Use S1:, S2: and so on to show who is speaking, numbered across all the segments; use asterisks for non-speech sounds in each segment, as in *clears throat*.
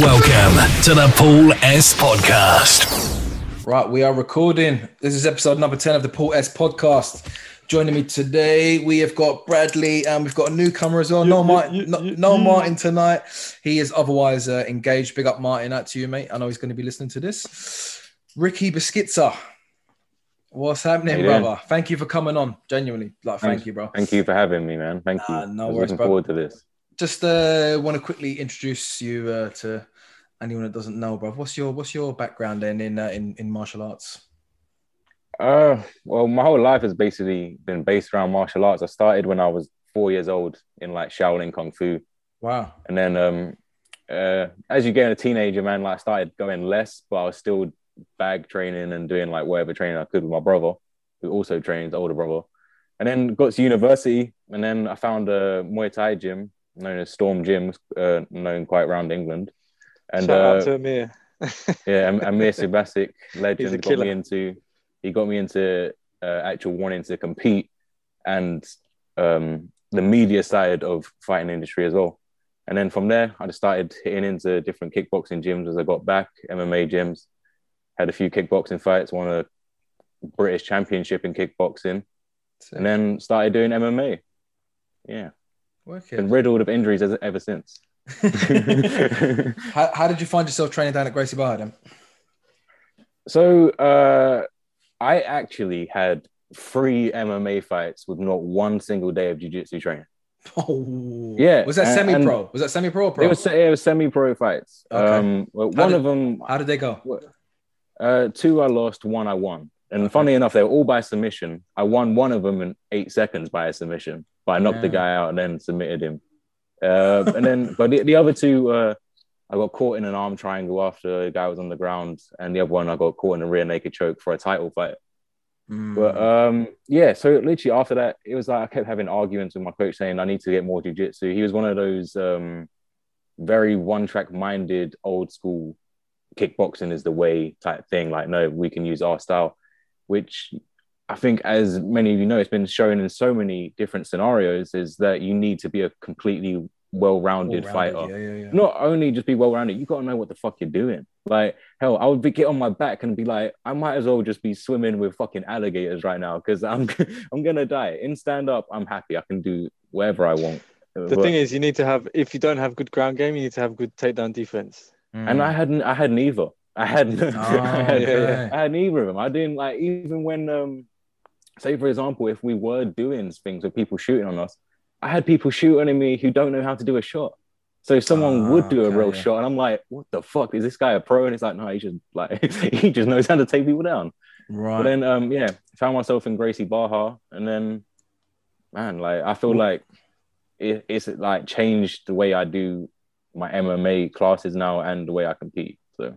S1: Welcome to the Paul S Podcast.
S2: Right, we are recording. This is episode number 10 of the Paul S podcast. Joining me today, we have got Bradley and we've got a newcomer as well.
S3: You-
S2: Noel,
S3: you-
S2: Martin,
S3: you-
S2: no,
S3: you-
S2: Noel
S3: you-
S2: Martin tonight. He is otherwise uh, engaged. Big up, Martin. Out to you, mate. I know he's going to be listening to this. Ricky Biskitza. What's happening,
S4: How you doing?
S2: brother? Thank you for coming on. Genuinely, like, thank
S4: Thanks.
S2: you, bro.
S4: Thank you for having me, man. Thank
S2: Nah,
S4: you.
S2: no
S4: I was
S2: worries,
S4: looking
S2: bro.
S4: forward to this.
S2: Just uh, want to quickly introduce you uh, to anyone that doesn't know, bro. What's your What's your background then in uh, in in martial arts?
S4: Uh, well, my whole life has basically been based around martial arts. I started when I was four years old in like Shaolin Kung Fu,
S2: Wow.
S4: and then um, uh, as you get a teenager, man, like I started going less, but I was still bag training and doing like whatever training I could with my brother, who also trains, older brother. And then got to university, and then I found a Muay Thai gym known as Storm Gym, uh, known quite around England. And
S3: Shout
S4: uh,
S3: out to Amir. *laughs*
S4: Yeah, Am- Amir Subasic, legend, got
S3: killer.
S4: me into. He got me into uh, actual wanting to compete, and um, the media side of fighting industry as well. And then from there, I just started hitting into different kickboxing gyms as I got back, MMA gyms. Had a few kickboxing fights, won a British championship in kickboxing, and then started doing MMA. Yeah,
S2: Wicked.
S4: been riddled of injuries as- ever since. *laughs*
S2: how, how did you find yourself training down at Gracie Bar then?
S4: So uh, I actually had three MMA fights with not one single day of jiu-jitsu training.
S2: *laughs* Oh,
S4: Yeah,
S2: Was that
S4: and-
S2: semi pro? Was that semi pro or pro?
S4: It was it was semi-pro fights.
S2: Okay.
S4: Um, but
S2: How
S4: one
S2: did-
S4: of them,
S2: how did they go?
S4: uh, two I lost, one I won. And funny enough, they were all by submission. I won one of them in eight seconds by a submission, but I knocked the
S2: Yeah.
S4: guy out and then submitted him. Uh, and then, *laughs* but the, the other two, uh, I got caught in an arm triangle after the guy was on the ground, and the other one I got caught in a rear naked choke for a title fight.
S2: Mm.
S4: But um, yeah, so literally after that, it was like I kept having arguments with my coach saying I need to get more jujitsu. He was one of those um, very one-track minded, old school kickboxing is the way type thing. Like, no, we can use our style, which I think, as many of you know, it's been shown in so many different scenarios, is that you need to be a completely well-rounded
S2: All-rounded,
S4: fighter
S2: Yeah, yeah, yeah.
S4: not only just be well rounded, you gotta know what the fuck you're doing. Like, hell, I would be, get on my back and be like, I might as well just be swimming with fucking alligators right now because I'm *laughs* I'm gonna die. In stand up, I'm happy. I can do whatever I want.
S3: The thing is, you need to have, if you don't have good ground game, you need to have good
S2: *laughs*
S3: takedown defense.
S4: and I hadn't, I had neither. I had, *laughs* I, had
S3: yeah,
S2: Hmm. okay.
S4: I had neither of them. I didn't like even when, um, say for example, if we were doing things with people shooting on us, I had people shooting at me who don't know how to do a shot. So if someone
S2: Ah,
S4: would do a
S2: okay,
S4: real
S2: yeah.
S4: shot, and I'm like, what the fuck is this guy a pro? And it's like, no, he just like *laughs* he just knows how to take people down.
S2: Right.
S4: But then, um, yeah, found myself in Gracie Baja, and then, man, like I
S2: Hmm.
S4: feel like it, it's like changed the way I do my MMA classes now and the way I compete. So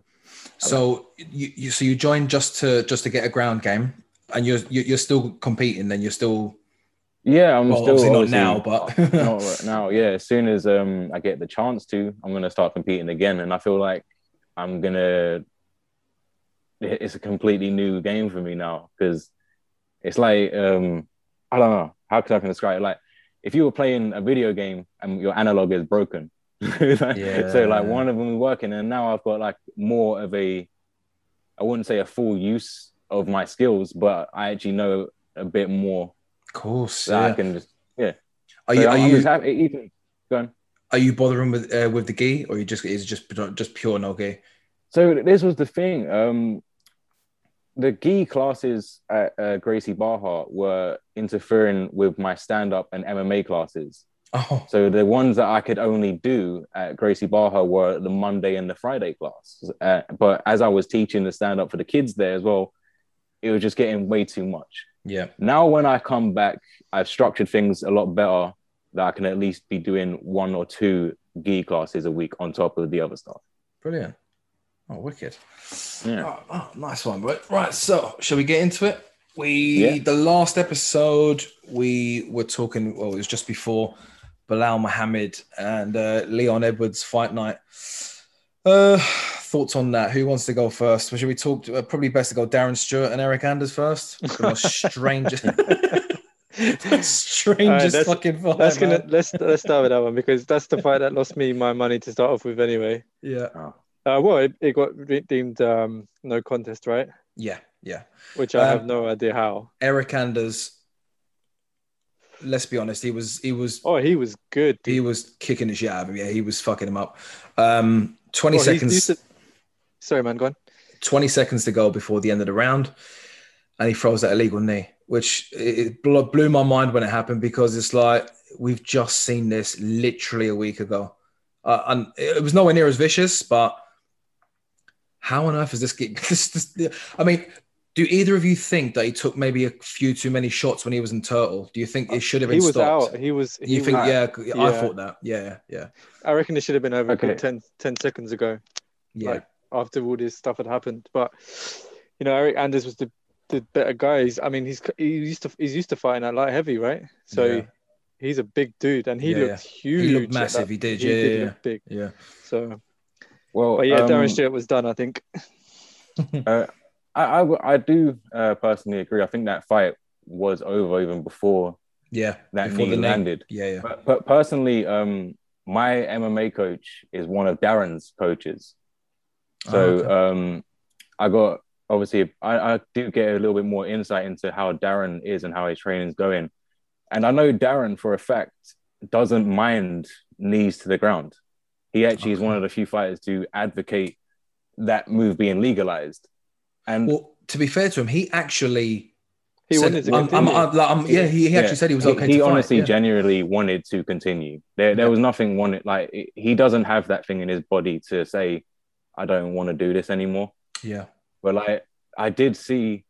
S2: so you, you so you joined just to just to get a ground game, and you're you- you're still competing. Then you're still
S4: yeah, I'm
S2: well,
S4: still
S2: obviously not
S4: obviously-
S2: now, but *laughs*
S4: not right now. Yeah, as soon as um I get the chance to, I'm gonna start competing again, and I feel like I'm gonna. it- It's a completely new game for me now because it's like um I don't know how can I can describe it. Like if you were playing a video game and your analog is broken, *laughs* so
S2: Yeah.
S4: like one of them is working, and now I've got like more of a I wouldn't say a full use of my skills, but I actually know a bit more
S2: of course.
S4: that I
S2: yeah.
S4: can just.
S2: Are you
S4: so
S2: are
S4: I'm just
S2: you
S4: happy- Ethan, go on.
S2: are you bothering with uh, with the gi, or you just is it just just pure no gi?
S4: So this was the thing. Um, the gi classes at uh, Gracie Baja were interfering with my stand-up and MMA classes.
S2: Oh,
S4: So the ones that I could only do at Gracie Baja were the Monday and the Friday class. Uh, but as I was teaching the stand-up for the kids there as well, it was just getting way too much.
S2: yeah.
S4: Now when I come back, I've structured things a lot better that I can at least be doing one or two gi classes a week on top of the other stuff.
S2: Brilliant. Oh, wicked.
S4: Yeah.
S2: Oh, oh, nice one, bro. Right. So, shall we get into it? We
S4: Yeah.
S2: the last episode we were talking. Well, it was just before Bilal Muhammad and uh, Leon Edwards fight night. Uh, thoughts on that? Who wants to go first? Well, should we
S3: *laughs*
S2: talk? To, uh, probably best to go Darren Stewart and Eric Anders first. The most strangest. Strangest
S3: that's-
S2: fucking fight.
S3: That's gonna
S2: man.
S3: let's let's start with that one because that's the fight that lost me my money to start off with anyway.
S2: Yeah.
S3: Uh, well, it, it got re- deemed um, no contest, right?
S2: Yeah. Yeah.
S3: Which I have
S2: Um,
S3: no idea how.
S2: Eric Anders. Let's be honest. He was. He was.
S3: Oh, he was good.
S2: He was kicking the shit out of him. Yeah. He was fucking him up. Um, twenty
S3: Well, he's
S2: seconds.
S3: decent- Sorry, man. Go on.
S2: 20 seconds to go before the end of the round, and he throws that illegal knee, which it it blo- blew my mind when it happened because it's like we've just seen this literally a week ago, uh, and it was nowhere near as vicious. But how on earth is this getting? *laughs* This, this, I mean, do either of you think that he took maybe a few too many shots when he was in Turtle? Do you think it should have
S3: He
S2: been
S3: was
S2: stopped?
S3: out. He was. He
S2: You
S3: was,
S2: think? Yeah, I
S3: Yeah.
S2: thought that. Yeah, yeah,
S3: I reckon it should have been over a good
S4: Okay.
S3: 10, 10 seconds ago
S2: yeah.
S3: Like- after all this stuff had happened. But you know, Eric Anders was the, the better guy. He's, I mean, he's he used to he's used to fighting at light heavy, right? So
S2: Yeah.
S3: he's a big dude, and he
S2: Yeah,
S3: looked huge.
S2: he looked
S3: at that-
S2: massive. He did.
S3: He
S2: yeah,
S3: did
S2: yeah,
S3: look big.
S2: yeah.
S3: So,
S4: Well,
S3: but yeah, Darren
S4: um,
S3: Stewart was done. I think.
S4: I, I w- I do uh, personally agree. I think that fight was over even before
S2: Yeah,
S4: that
S2: Before
S4: knee
S2: the knee.
S4: landed.
S2: yeah, yeah.
S4: But, but personally, um, my MMA coach is one of Darren's coaches.
S3: Ah,
S4: So
S2: Oh, okay.
S4: um, I got obviously I, I do get a little bit more insight into how Darren is and how his training's going. And I know Darren for a fact doesn't mind knees to the ground. He actually is
S2: Okay.
S4: one of the few fighters to advocate that move being legalized. And
S2: Well, to be fair to him, he actually
S3: He
S2: said,
S3: wanted to
S2: I'm, I'm,
S3: continue.
S2: I'm- like, I'm- yeah, he, he actually
S4: Yeah.
S2: said he was
S4: he,
S2: okay.
S4: he
S2: to
S4: honestly
S2: fight. yeah.
S4: genuinely wanted to continue. There, there
S2: Yeah.
S4: was nothing wanted. Like it- he doesn't have that thing in his body to say, "I don't want to do this anymore."
S2: yeah,
S4: But like, I did see.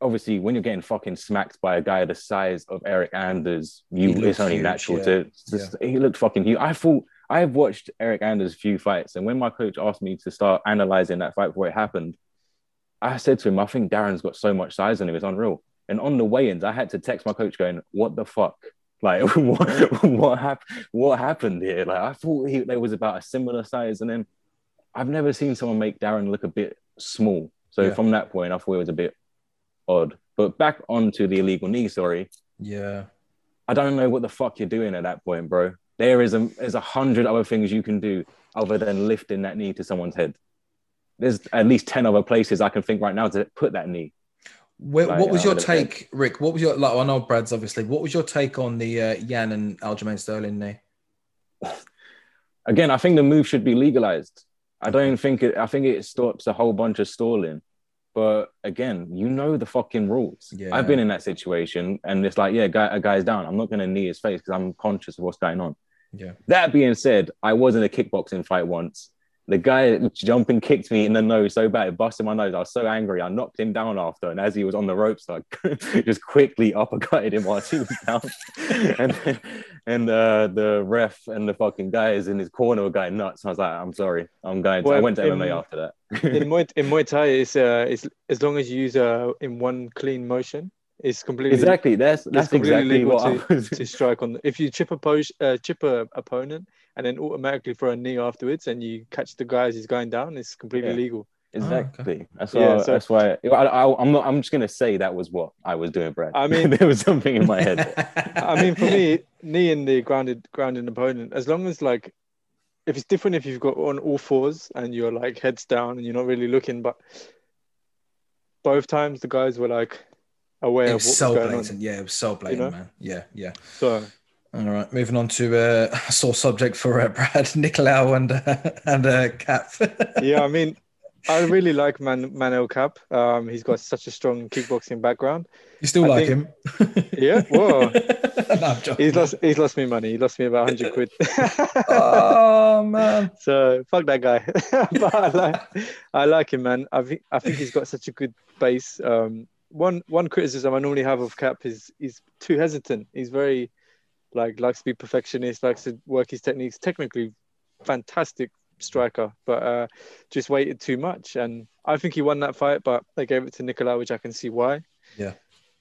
S4: Obviously, when you're getting fucking smacked by a guy the size of Eric Anders, you
S2: He
S4: it's
S2: looks
S4: only
S2: huge,
S4: natural
S2: yeah.
S4: to. to- He looked fucking huge. I thought I have watched Eric Anders' few fights, and when my coach asked me to start analyzing that fight before it happened, I said to him, "I think Darren's got so much size in him; it's unreal." And on the weigh-ins, I had to text my coach going, "What the fuck? Like, *laughs* what what happened? What happened here? Like, I thought he there was about a similar size, and then I've never seen someone make Darren look a bit small. So
S2: Yeah.
S4: from that point, I thought it was a bit odd. But back onto the illegal knee story,
S2: yeah,
S4: I don't know what the fuck you're doing at that point, bro. There is a there's a hundred other things you can do other than lifting that knee to someone's head. There's at least ten other places I can think right now to put that knee.
S2: Where,
S4: Like,
S2: what was
S4: uh,
S2: your
S4: the big-
S2: take, Rick? What was your like? I know Brad's obviously. What was your take on the uh, Yan and Aljamain Sterling knee?
S4: again, I think the move should be legalized. I don't think it. I think it stops a whole bunch of stalling. But again, you know the fucking rules.
S2: Yeah.
S4: I've been in that situation, and it's like, yeah, guy, a guy's down. I'm not going to knee his face because I'm conscious of what's going on.
S2: Yeah.
S4: That being said, I was in a kickboxing fight once. The guy jumped and kicked me in the nose so bad, it busted my nose. I was so angry. I knocked him down after, and as he was on the ropes, *laughs* I just quickly uppercutted him whilst he was down. *laughs* and and uh, the ref and the fucking guys in his corner were going nuts. I was like, I'm sorry, I'm going. To, I
S3: Well,
S4: went to
S3: in-
S4: MMA after
S3: *laughs* in
S4: *laughs* that.
S3: Muay in Muay Thai, it's uh, it's as long as you use uh in one clean motion, it's completely
S4: exactly. That's that's
S3: completely
S4: exactly
S3: legal
S4: what I was.
S3: *laughs*
S4: *laughs*
S3: to strike on. If you chip a posh, uh, chip a opponent, and then automatically throw a knee afterwards, and you catch the guy as he's going down, it's completely
S4: Yeah.
S3: legal.
S4: Exactly. That's why.
S3: Ah, Yeah, so-
S4: that's why. I, I, I'm not. I'm just gonna say that was what I was doing, Brad. *laughs*
S3: I mean-
S4: there was something in my
S3: *laughs*
S4: head.
S2: *laughs*
S3: I mean, for me, knee in the grounded grounded opponent, as long as like, if it's different if you've got on all fours and you're like heads down and you're not really looking, but both times the guys were like aware
S2: it
S3: of
S2: was
S3: what was
S2: so
S3: going
S2: blatant. Yeah, it was so blatant,
S3: know?
S2: man. Yeah, yeah.
S3: on. So
S2: All right, moving on to uh, *laughs* sore subject for uh, Brad, *laughs* Nicolau, and uh, and uh, Cap. *laughs*
S3: yeah, I mean, I really like Man Manuel Cap. Um, he's got such a strong kickboxing background.
S2: you still
S3: I
S2: like
S3: think-
S2: him?
S3: Yeah, whoa.
S2: *laughs* No, I'm joking.
S3: He's lost. He's lost me money. He lost me about hundred
S2: *laughs*
S3: quid.
S2: oh man.
S3: So fuck that guy. *laughs* but I like, I like him, man. I think I think he's got such a good base. Um, one one criticism I normally have of Cap is he's too hesitant. He's very like likes to be perfectionist, likes to work his techniques. Technically, fantastic striker, but uh, just waited too much. And I think he won that fight, but they gave it to Nicolau, which I can see why.
S2: Yeah.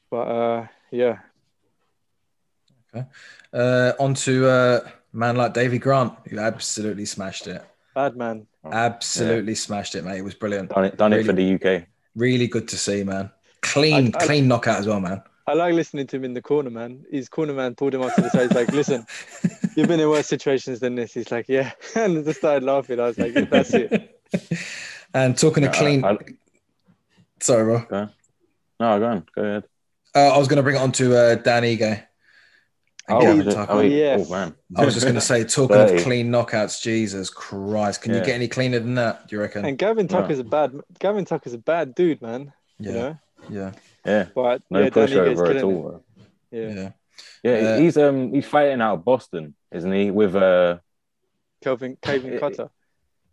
S3: But uh, yeah,
S2: Uh, on to uh, man like Davy Grant, who absolutely smashed it.
S3: bad man.
S2: Absolutely smashed it, mate. It was brilliant.
S4: Done it. Done it for
S2: Really?
S4: the UK.
S2: Really good to see, man. Clean,
S3: I- I-
S2: clean knockout as well, man.
S3: I like listening to him in the corner, man. His corner man pulled him up to the side. He's
S2: *laughs*
S3: like, listen, you've been in worse situations than this. He's like, yeah. *laughs* And I just started laughing. I was like, that's it.
S2: and talking
S4: Yeah,
S2: to clean.
S4: Uh, I, I,
S2: sorry, bro.
S4: no, go on. Go ahead.
S2: Uh, I was going to bring it on to uh, Dan Ego.
S4: Oh,
S2: Yeah,
S4: I
S2: you
S4: was-
S2: talk
S4: oh, wait.
S3: Yes.
S4: oh, man.
S2: I was just
S3: *laughs*
S2: going to say, talking of
S4: Thirty.
S2: clean knockouts, Jesus Christ, can you
S4: Yeah.
S2: get any cleaner than that? Do you reckon?
S3: And Gavin Tucker's a bad Gavin Tucker's a bad dude, man.
S2: yeah,
S3: You know?
S2: yeah,
S4: Yeah.
S3: But
S4: No
S3: yeah, Danny gets
S4: pushover at
S3: killing
S4: all.
S3: it.
S4: bro.
S3: Yeah.
S2: yeah,
S4: Yeah,
S2: Yeah.
S4: he's um he's fighting out of Boston, isn't he? With uh
S3: Kelvin Kelvin
S4: It-
S3: Cutter.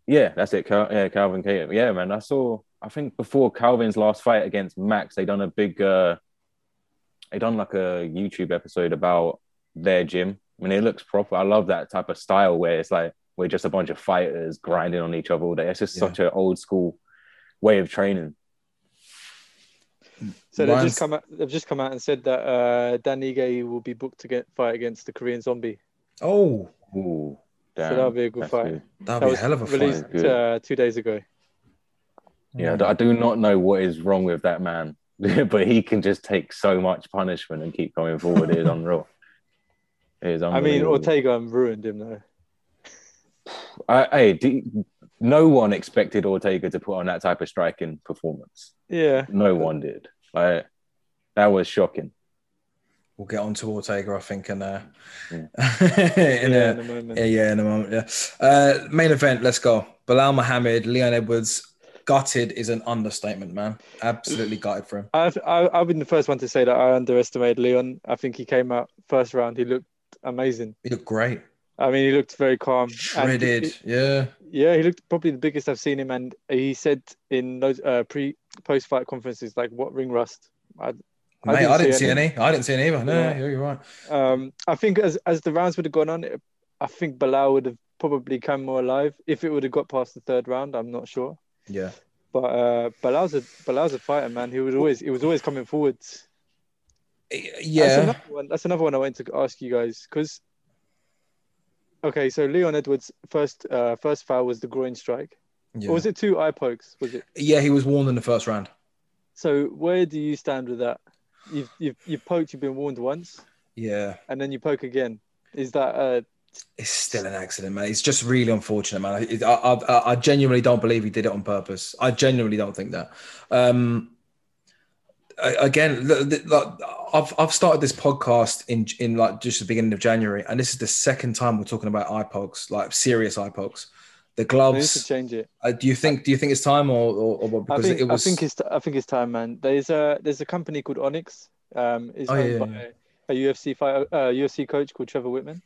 S4: yeah, that's it. Cal- yeah, Calvin Cater. Yeah, man. I saw. I think before Calvin's last fight against Max, they done a big. uh They done like a YouTube episode about their gym. I mean, it looks proper. I love that type of style where it's like we're just a bunch of fighters grinding on each other all day. It's just
S2: Yeah.
S4: such an old school way of training.
S3: So they've
S2: Mine's-
S3: just come out they've just come out and said that uh Dan Ige will be booked to get fight against the Korean zombie.
S2: Oh,
S4: Ooh, damn.
S3: so that'll be a good
S4: That's
S3: fight.
S4: good.
S2: that'd
S3: That
S2: be a
S3: was
S2: hell of a
S3: released
S2: fight.
S4: Good.
S3: Uh, two days ago.
S4: Yeah, I do not know what is wrong with that man, *laughs* but he can just take so much punishment and keep going forward. It
S3: *laughs*
S4: is unreal. It is
S3: I mean,
S4: unbelievable.
S3: Ortega um, ruined him though.
S4: I, hey, do- no one expected Ortega to put on that type of striking performance.
S3: Yeah.
S4: No one did. Like that was shocking.
S2: We'll get on to Ortega, I think, and uh, *laughs*
S4: Yeah.
S2: in
S3: yeah,
S2: yeah.
S3: in the moment.
S2: Yeah, yeah, in a moment. Yeah. Uh, main event. Let's go. Bilal Muhammad, Leon Edwards. Gutted is an understatement, man. Absolutely gutted for him.
S3: I've, I, I've been the first one to say that I underestimated Leon. I think he came out first round. He looked amazing.
S2: He looked great,
S3: I mean, he looked very calm. and-
S2: shredded. yeah,
S3: yeah, he looked probably the biggest I've seen him. And he said in those uh, pre post fight conferences, like, what ring rust? I,
S2: mate. I didn't, see, any. I didn't see any either. No,
S3: Yeah.
S2: you're you're right.
S3: Um, I think as, as the rounds would have gone on, it, I think Bilal would have probably come more alive if it would have got past the third round. I'm not sure.
S2: Yeah.
S3: But uh, Bilal's, a, Bilal's a fighter, man. He was always, he was always coming forwards. That's
S2: Yeah.
S3: another one. That's another one I wanted to ask you guys because. Okay, so Leon Edwards' first uh, first foul was the groin strike.
S2: Yeah.
S3: Or was it two eye pokes? Was it?
S2: yeah, he was warned in the first round.
S3: So where do you stand with that? You've you've you've poked. You've been warned once,
S2: Yeah.
S3: and then you poke again. Is that uh?
S2: It's still an accident, man. It's just really unfortunate, man. It- I, I, I- I genuinely don't believe he did it on purpose. I genuinely don't think that. Um, I- again, the- the- like, I've I've started this podcast in in like just the beginning of January, and this is the second time we're talking about iPogs, like serious iPogs. The
S3: They need to
S2: gloves.
S3: change it.
S2: Uh, do you think Do you think it's time or or, or what?
S3: I
S2: Because
S3: think
S2: it was.
S3: I think it's I think it's time, man. There's a there's a company called Onyx. Um, is
S2: Oh,
S3: owned
S2: yeah,
S3: by a UFC fighter, uh, UFC coach called Trevor Whitman,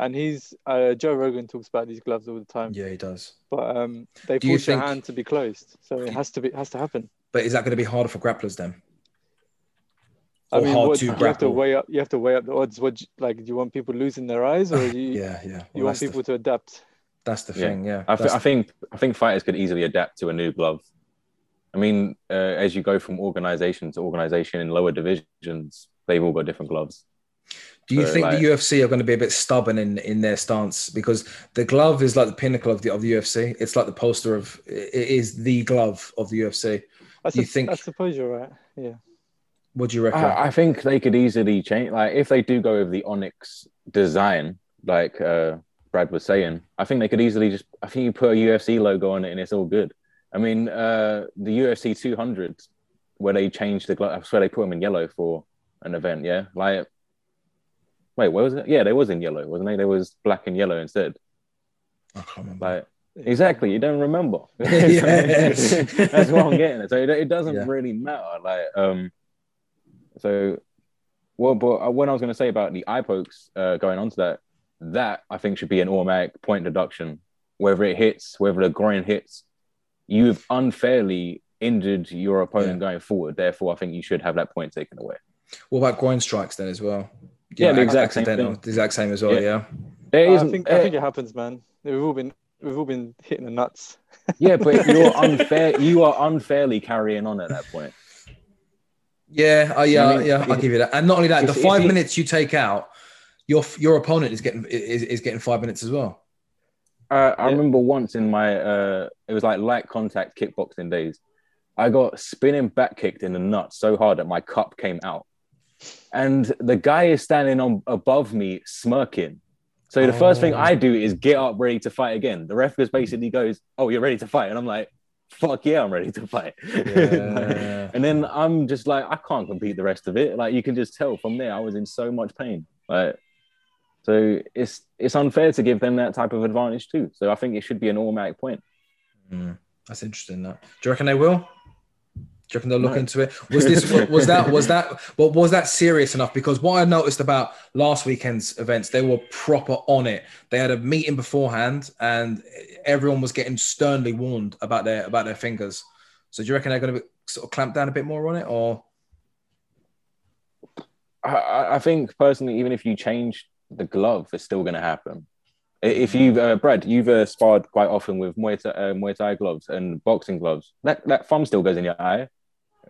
S3: and he's uh, Joe Rogan talks about these gloves all the time.
S2: yeah, he does.
S3: but um, they
S2: Do you
S3: force your
S2: think-
S3: hand to be closed, so it has to be has to happen.
S2: But is that going to be harder for grapplers then?
S3: I
S2: Or
S3: mean,
S2: hard
S3: what,
S2: to
S3: you have to
S2: grapple.
S3: weigh up. You have to weigh up the odds. What do you- like do you want people losing their eyes, or do you
S2: *sighs* Yeah, yeah.
S3: you
S2: Well,
S3: want
S2: that's,
S3: people
S2: the,
S3: to adapt?
S2: that's the
S4: Yeah.
S2: thing. Yeah.
S4: I, th-
S2: That's-
S4: I think I think fighters could easily adapt to a new glove. I mean, uh, as you go from organization to organization in lower divisions, they've all got different gloves.
S2: Do you
S4: So,
S2: think
S4: like-
S2: the UFC are going to be a bit stubborn in, in their stance because the glove is like the pinnacle of the of the UFC? It's like the poster of it is the glove of the UFC.
S3: I,
S2: Do you
S3: sup-
S2: think-
S3: I suppose you're right. Yeah.
S2: What do you reckon?
S4: I, I think they could easily change. Like if they do go with the Onyx design, like uh, Brad was saying, I think they could easily just. I think you put a UFC logo on it and it's all good. I mean, uh, the UFC 200 where they changed the glove. I swear they put them in yellow for an event. Yeah, like wait, where was it? Yeah, they was in yellow, wasn't they? They was black and yellow instead.
S2: I can't remember.
S4: Like exactly, you don't remember. *laughs*
S3: *laughs*
S2: Yeah.
S4: That's what I'm getting. at. So it, it doesn't
S2: Yeah.
S4: really matter. Like um, so well, but uh, when I was going to say about the eye pokes uh, going on to that, that I think should be an automatic point deduction. Whether it hits, whether the groin hits, you've unfairly injured your opponent going forward. Therefore, I think you should have that point taken away.
S2: what about groin strikes then as well?
S4: Yeah, the
S2: ac-
S4: exact same
S2: accidental,
S4: thing.
S2: the exact same as well.
S4: Yeah.
S2: Yeah,
S4: There
S3: I
S4: isn't.
S3: think
S4: eh,
S3: I think it happens, man. We've all been we've all been hitting the nuts.
S4: yeah, but
S3: *laughs*
S4: you're unfair. You are unfairly carrying on at that point.
S2: yeah, uh, yeah,
S4: I mean,
S2: yeah. I'll
S4: if-
S2: give you that. And not only that, the
S4: if- if
S2: five
S4: he-
S2: minutes you take out, your your opponent is getting is, is getting five minutes as
S4: *laughs*
S2: well.
S4: Uh, I
S3: Yeah.
S4: remember once in my uh, it was like light contact kickboxing days. I got spinning back kicked in the nuts so hard that my cup came out. and the guy is standing on above me smirking. So the first thing
S2: Oh.
S4: I do is get up ready to fight again. The ref just basically goes, "Oh, you're ready to fight," and I'm like, "Fuck yeah, I'm ready to fight."
S2: Yeah.
S4: and then I'm just like, I can't compete the rest of it. Like you can just tell from there, I was in so much pain. Like, so it's it's unfair to give them that type of advantage too. So I think it should be an automatic point.
S2: Mm, that's interesting. That do you reckon they will? Do you reckon they'll look
S4: No.
S2: into it? Was this was that was that well, was that serious enough? Because what I noticed about last weekend's events, they were proper on it. They had a meeting beforehand, and everyone was getting sternly warned about their about their fingers. So do you reckon they're going to be sort of clamp down a bit more on it, or
S4: I- I, I think personally, even if you change the glove, it's still going to happen. I- If you've uh, Brad, you've uh, sparred quite often with Muay Thai, uh, Muay Thai gloves and boxing gloves. That that thumb still goes in your eye.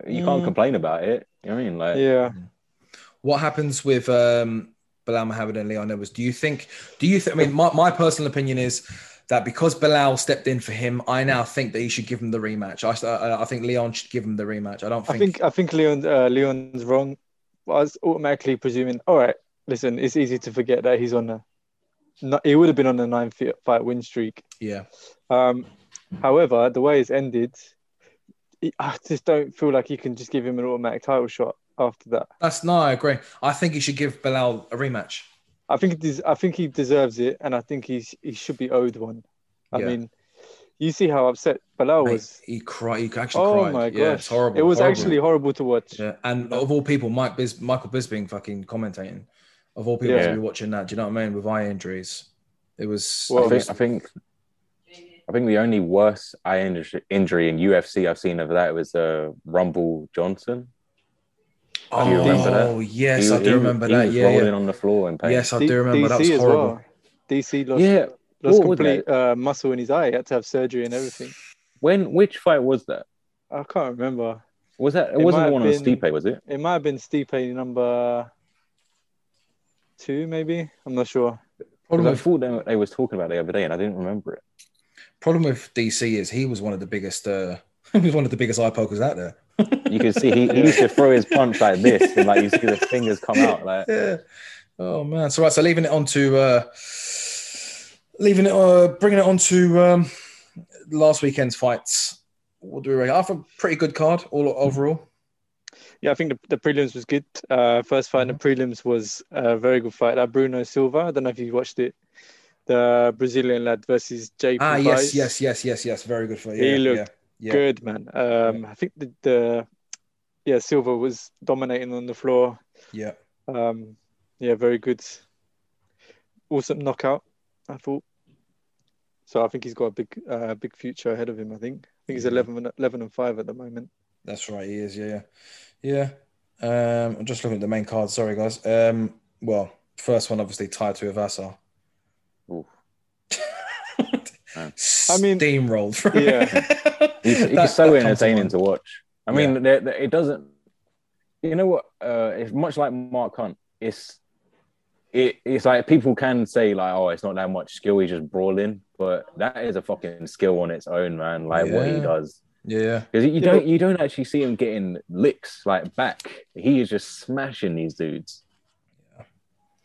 S4: You can't
S3: Mm.
S4: complain about it. You know what I mean? Like,
S3: Yeah.
S2: what happens with um, Bilal Muhammad and Leon Edwards? Do you think? Do you think? I mean, my, my personal opinion is that because Bilal stepped in for him, I now think that he should give him the rematch. I, I, I think Leon should give him the rematch. I don't
S3: I
S2: think.
S3: think I think Leon uh, Leon's wrong. I was automatically presuming. All right, listen, it's easy to forget that he's on a. No, he would have been on a nine fi- fight win streak.
S2: yeah,
S3: Um, however, the way it's ended, it- I just don't feel like you can just give him an automatic title shot after that.
S2: that's no. I agree. I think he should give Bilal a rematch.
S3: I think it des- I think he deserves it, and I think he's he should be owed one. I
S2: Yeah.
S3: mean, you see how upset Bilal
S2: Mate,
S3: was.
S2: he cried. He actually
S3: Oh
S2: cried.
S3: my gosh,
S2: Yeah, it's horrible.
S3: It was
S2: horrible.
S3: actually horrible to watch.
S2: Yeah, and of all people, Mike Bis- Michael Bisping fucking commentating. Of all people to
S4: Yeah.
S2: be watching that, do you know what I mean? With eye injuries, it was.
S3: Well,
S4: I
S2: it was-
S4: think, I think I think the only worse eye injury, injury in UFC I've seen of that was uh, Rumble Johnson.
S2: oh,
S4: do you remember that?
S2: yes,
S4: He-
S2: I do
S4: he-
S2: remember
S4: he
S2: that.
S4: was
S2: Yeah, yeah.
S4: rolling on the floor in pain.
S2: Yes, I
S3: D-
S2: do remember. That was
S3: DC as
S2: horrible.
S3: well. DC lost,
S4: Yeah.
S3: lost
S4: what was
S3: complete uh, muscle in his eye. He had to have surgery and everything.
S4: When which fight was that?
S3: I can't remember.
S4: Was that it,
S3: It
S4: wasn't
S3: might
S4: the one
S3: have
S4: on
S3: been-
S4: Stipe, was it?
S3: It might have been Stipe number two, maybe. I'm not sure.
S2: Problem
S4: Because I
S2: with,
S4: thought they, they was talking about it the other day, and I didn't remember it.
S2: problem with DC is he was one of the biggest. Uh, *laughs* he was one of the biggest eye pokers out there.
S4: You can see he, he used to throw his punch like this, and like you see the fingers come out. Like
S2: Yeah. Oh man. So right. So leaving it on to uh, leaving it. Uh, bringing it on to um, last weekend's fights. What do we rate? I think pretty good card all overall.
S3: Yeah, I think the, the prelims was good. Uh, first fight in the
S2: Mm-hmm.
S3: prelims was a very good fight. That Bruno Silva. I don't know if you watched it. The Brazilian lad versus Jay.
S2: Ah
S3: Pais.
S2: yes, yes, yes, yes, yes. Very good for you.
S3: He
S2: Yeah,
S3: looked
S2: yeah, yeah.
S3: Good man. Um, I think the, the yeah Silva was dominating on the floor.
S2: Yeah.
S3: Um, yeah, very good. Awesome knockout, I thought. So I think he's got a big, uh, big future ahead of him. I think. I think he's
S2: Yeah.
S3: 11, and- 11 and five at the moment.
S2: That's right, he is. Yeah, yeah. yeah. Um, I'm just looking at the main card. Sorry, guys. Um, well, first one obviously tied to Ivasa. *laughs*
S4: Oof.
S2: I
S3: I mean-
S2: mean, steamrolled. *laughs*
S3: Yeah.
S4: he's, he's
S2: That-
S4: so
S2: that comes to
S4: entertaining
S2: mind.
S4: to watch. I mean, there there- it doesn't. You know what? Uh, it's much like Mark Hunt. It's it, it's like people can say like, oh, it's not that much skill. He's just brawling, but that is a fucking skill on its own, man. Like what he
S2: Yeah.
S4: does.
S2: Yeah,
S4: Because you
S3: Yeah,
S4: don't
S3: but-
S4: you don't actually see him getting licks like back. He is just smashing these
S2: *laughs*
S4: dudes.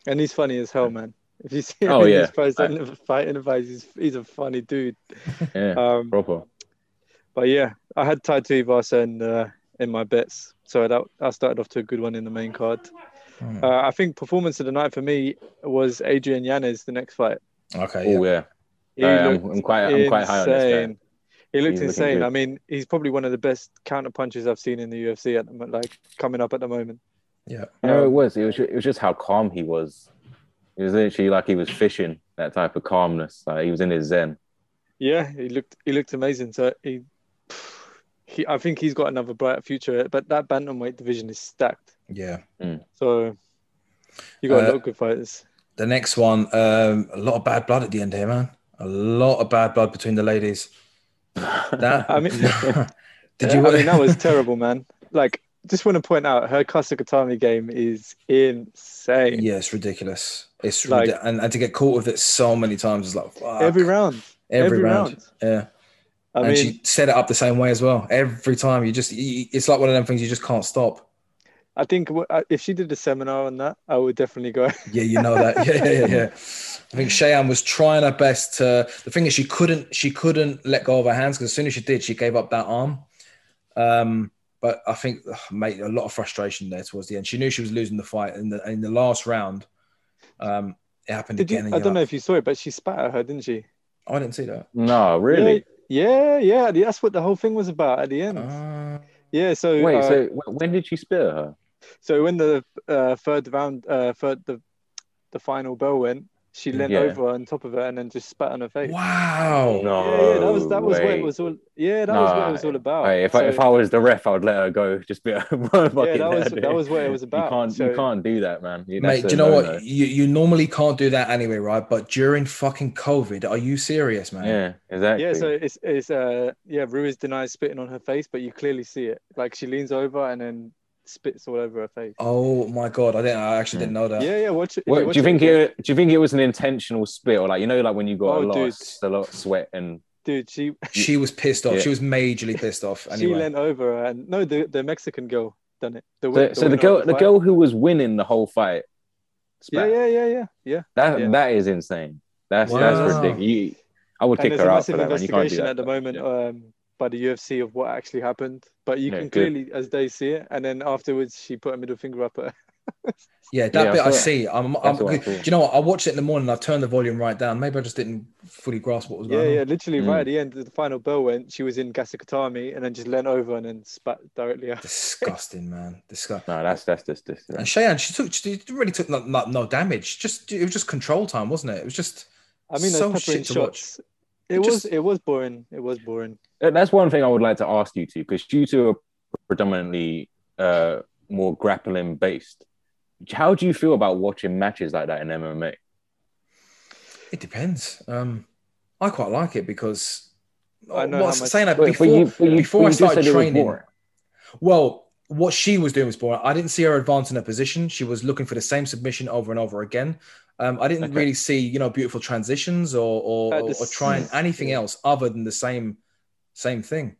S3: And he's funny as hell, man. If you see him
S4: Oh,
S3: in
S4: yeah.
S3: his post and the fight and the fights, he's, he's a funny dude.
S4: Yeah,
S3: Um,
S4: proper.
S3: but yeah, I had Taito Ivasa in, uh, in my bets, so that I started off to a good one in the main card.
S2: Hmm.
S3: Uh, I think performance of the night for me was Adrian Yanez. The next fight,
S2: Okay. Yeah.
S4: Oh yeah,
S3: He
S4: Uh, I'm,
S3: looked
S4: I'm quite I'm quite high on this guy.
S3: insane. He looked
S4: He's looking
S3: insane.
S4: good.
S3: I mean, he's probably one of the best counter punches I've seen in the UFC at the, mo- like coming up at the moment.
S2: yeah.
S4: You
S3: Um,
S4: know, it was it was ju- it was just how calm he was. It was literally like he was fishing that type of calmness. Like he was in his zen.
S3: Yeah, he looked he looked amazing. So he, he I think he's got another bright future. But that bantamweight division is stacked.
S2: Yeah.
S3: So you got
S2: Uh,
S3: a lot of good fighters.
S2: The next one, um, a lot of bad blood at the end here, man. A lot of bad blood between the
S4: *laughs*
S2: ladies. That *laughs*
S3: I mean-
S2: did you?
S3: Uh, I
S2: *laughs*
S3: mean, that was terrible, man. Like, just want to point out her Kasukatami game is insane.
S2: Yeah, it's ridiculous. It's
S3: Like-
S2: ridi- and, and to get caught with it so many times is like fuck.
S3: Every round.
S2: every,
S3: every
S2: round.
S3: round.
S2: Yeah,
S3: I
S2: and
S3: mean,
S2: she set it up the same way as well. Every time you just, you, it's like one of them things you just can't stop.
S3: I think w- I- if she did a seminar on that, I would definitely go. *laughs*
S2: Yeah, you know that. *laughs* Yeah, yeah, yeah, yeah. I think Cheyenne was trying her best to. The thing is, she couldn't. She couldn't let go of her hands because as soon as she did, she gave up that arm. Um, but I think, ugh, mate, a lot of frustration there towards the end. She knew she was losing the fight in the in the last round. Um, it happened
S3: Did
S2: again.
S3: you?
S2: and
S3: I
S2: you're
S3: don't know
S2: like, "Oh,
S3: if you saw it, but she spat at her, didn't she?
S2: I didn't see that.
S4: No, really.
S3: Yeah, yeah. yeah, That's what the whole thing was about at the end.
S2: Uh,
S3: yeah. So
S4: Wait,
S3: uh,
S4: so wh- when did she spit at her?
S3: So when the uh, third round, uh, third the the final bell went, she leant
S4: Yeah.
S3: over on top of her and then just spat on her face.
S2: wow.
S3: Yeah, yeah, that was that was what
S4: way.
S3: it was all. Yeah, that was what it was all about.
S4: Hey, if, I, if
S3: So-
S4: I was the ref, I'd let her go. Just be *laughs* a
S3: yeah, that was that was what it was about.
S4: *laughs* You can't
S3: So-
S4: you can't do that, man. You,
S2: Mate,
S4: that's
S2: do
S4: a
S2: you know
S4: no-no.
S2: what? You, you normally can't do that anyway, right? But during fucking COVID, are you serious, man?
S4: Yeah, exactly.
S3: Yeah, so it's it's uh yeah, Ruiz denies spitting on her face, but you clearly see it. Like she leans over and then spits all over her face.
S2: Oh my god, I didn't. I actually didn't
S4: Mm.
S2: know that.
S3: Yeah, yeah. Watch it. if
S4: What-
S3: watch
S4: do you
S3: it
S4: think
S3: again-
S4: it? Do you think it was an intentional spit or like you know like when you got
S3: Oh,
S4: a lot,
S3: dude.
S4: of, s- a lot of sweat and
S3: dude? She *laughs*
S2: She was pissed off.
S4: Yeah.
S2: She was majorly pissed off.
S3: she
S2: Anyway,
S3: leant over and no, the the Mexican girl done it. The,
S4: so,
S3: win-
S4: so the
S3: winner of
S4: girl the
S3: fight.
S4: girl who was winning the whole fight.
S3: Yeah,
S4: Spat.
S3: yeah, yeah, yeah, yeah.
S4: That
S3: yeah.
S4: that is insane. That's
S2: Wow.
S4: that's ridiculous. You, I would
S3: and
S4: kick
S3: there's
S4: her
S3: a
S4: out for
S3: massive
S4: that. Man. You can't do
S3: investigation
S4: that.
S3: at the moment
S4: Yeah.
S3: um, by the UFC of what actually happened. But you
S4: Yeah,
S3: can
S4: good.
S3: clearly, as they see it, and then afterwards she put a middle finger up at. Her.
S2: yeah, that
S4: Yeah, I
S2: bit I,
S4: saw it.
S2: see. I'm, I'm,
S4: That's what I
S2: do
S4: thought.
S2: you know what? I watched it in the morning. I turned the volume right down. Maybe I just didn't fully grasp what was
S3: Yeah,
S2: going
S3: yeah,
S2: on.
S3: literally
S4: Mm.
S3: right at the end, the final bell went. She was in Gasakatami and then just leant over and then spat directly out.
S2: Disgusting, man. Disgusting.
S4: No, that's that's just this.
S2: And Cheyenne, she took. She really took no, no, no damage. Just it was just control time, wasn't it? It was just.
S3: I mean,
S2: So
S3: those peppering
S2: shit to watch.
S3: shots. It,
S2: It
S3: was
S2: just-
S3: it was boring. It was boring.
S4: That's one thing I would like to ask you two, because you two are predominantly uh, more grappling based. How do you feel about watching matches like that in MMA?
S2: It depends. Um, I quite like it because.
S3: I know
S2: what
S3: how
S2: was I
S3: much-
S2: saying that before. before I
S4: just
S2: started
S4: said it was
S2: training-
S4: boring.
S2: Well, what she was doing was boring. I didn't see her advance in her position. She was looking for the same submission over and over again. Um, I didn't
S4: Okay.
S2: really see, you know, beautiful transitions or or,
S3: Uh,
S2: or,
S3: this-
S2: or trying anything else other than the same same thing.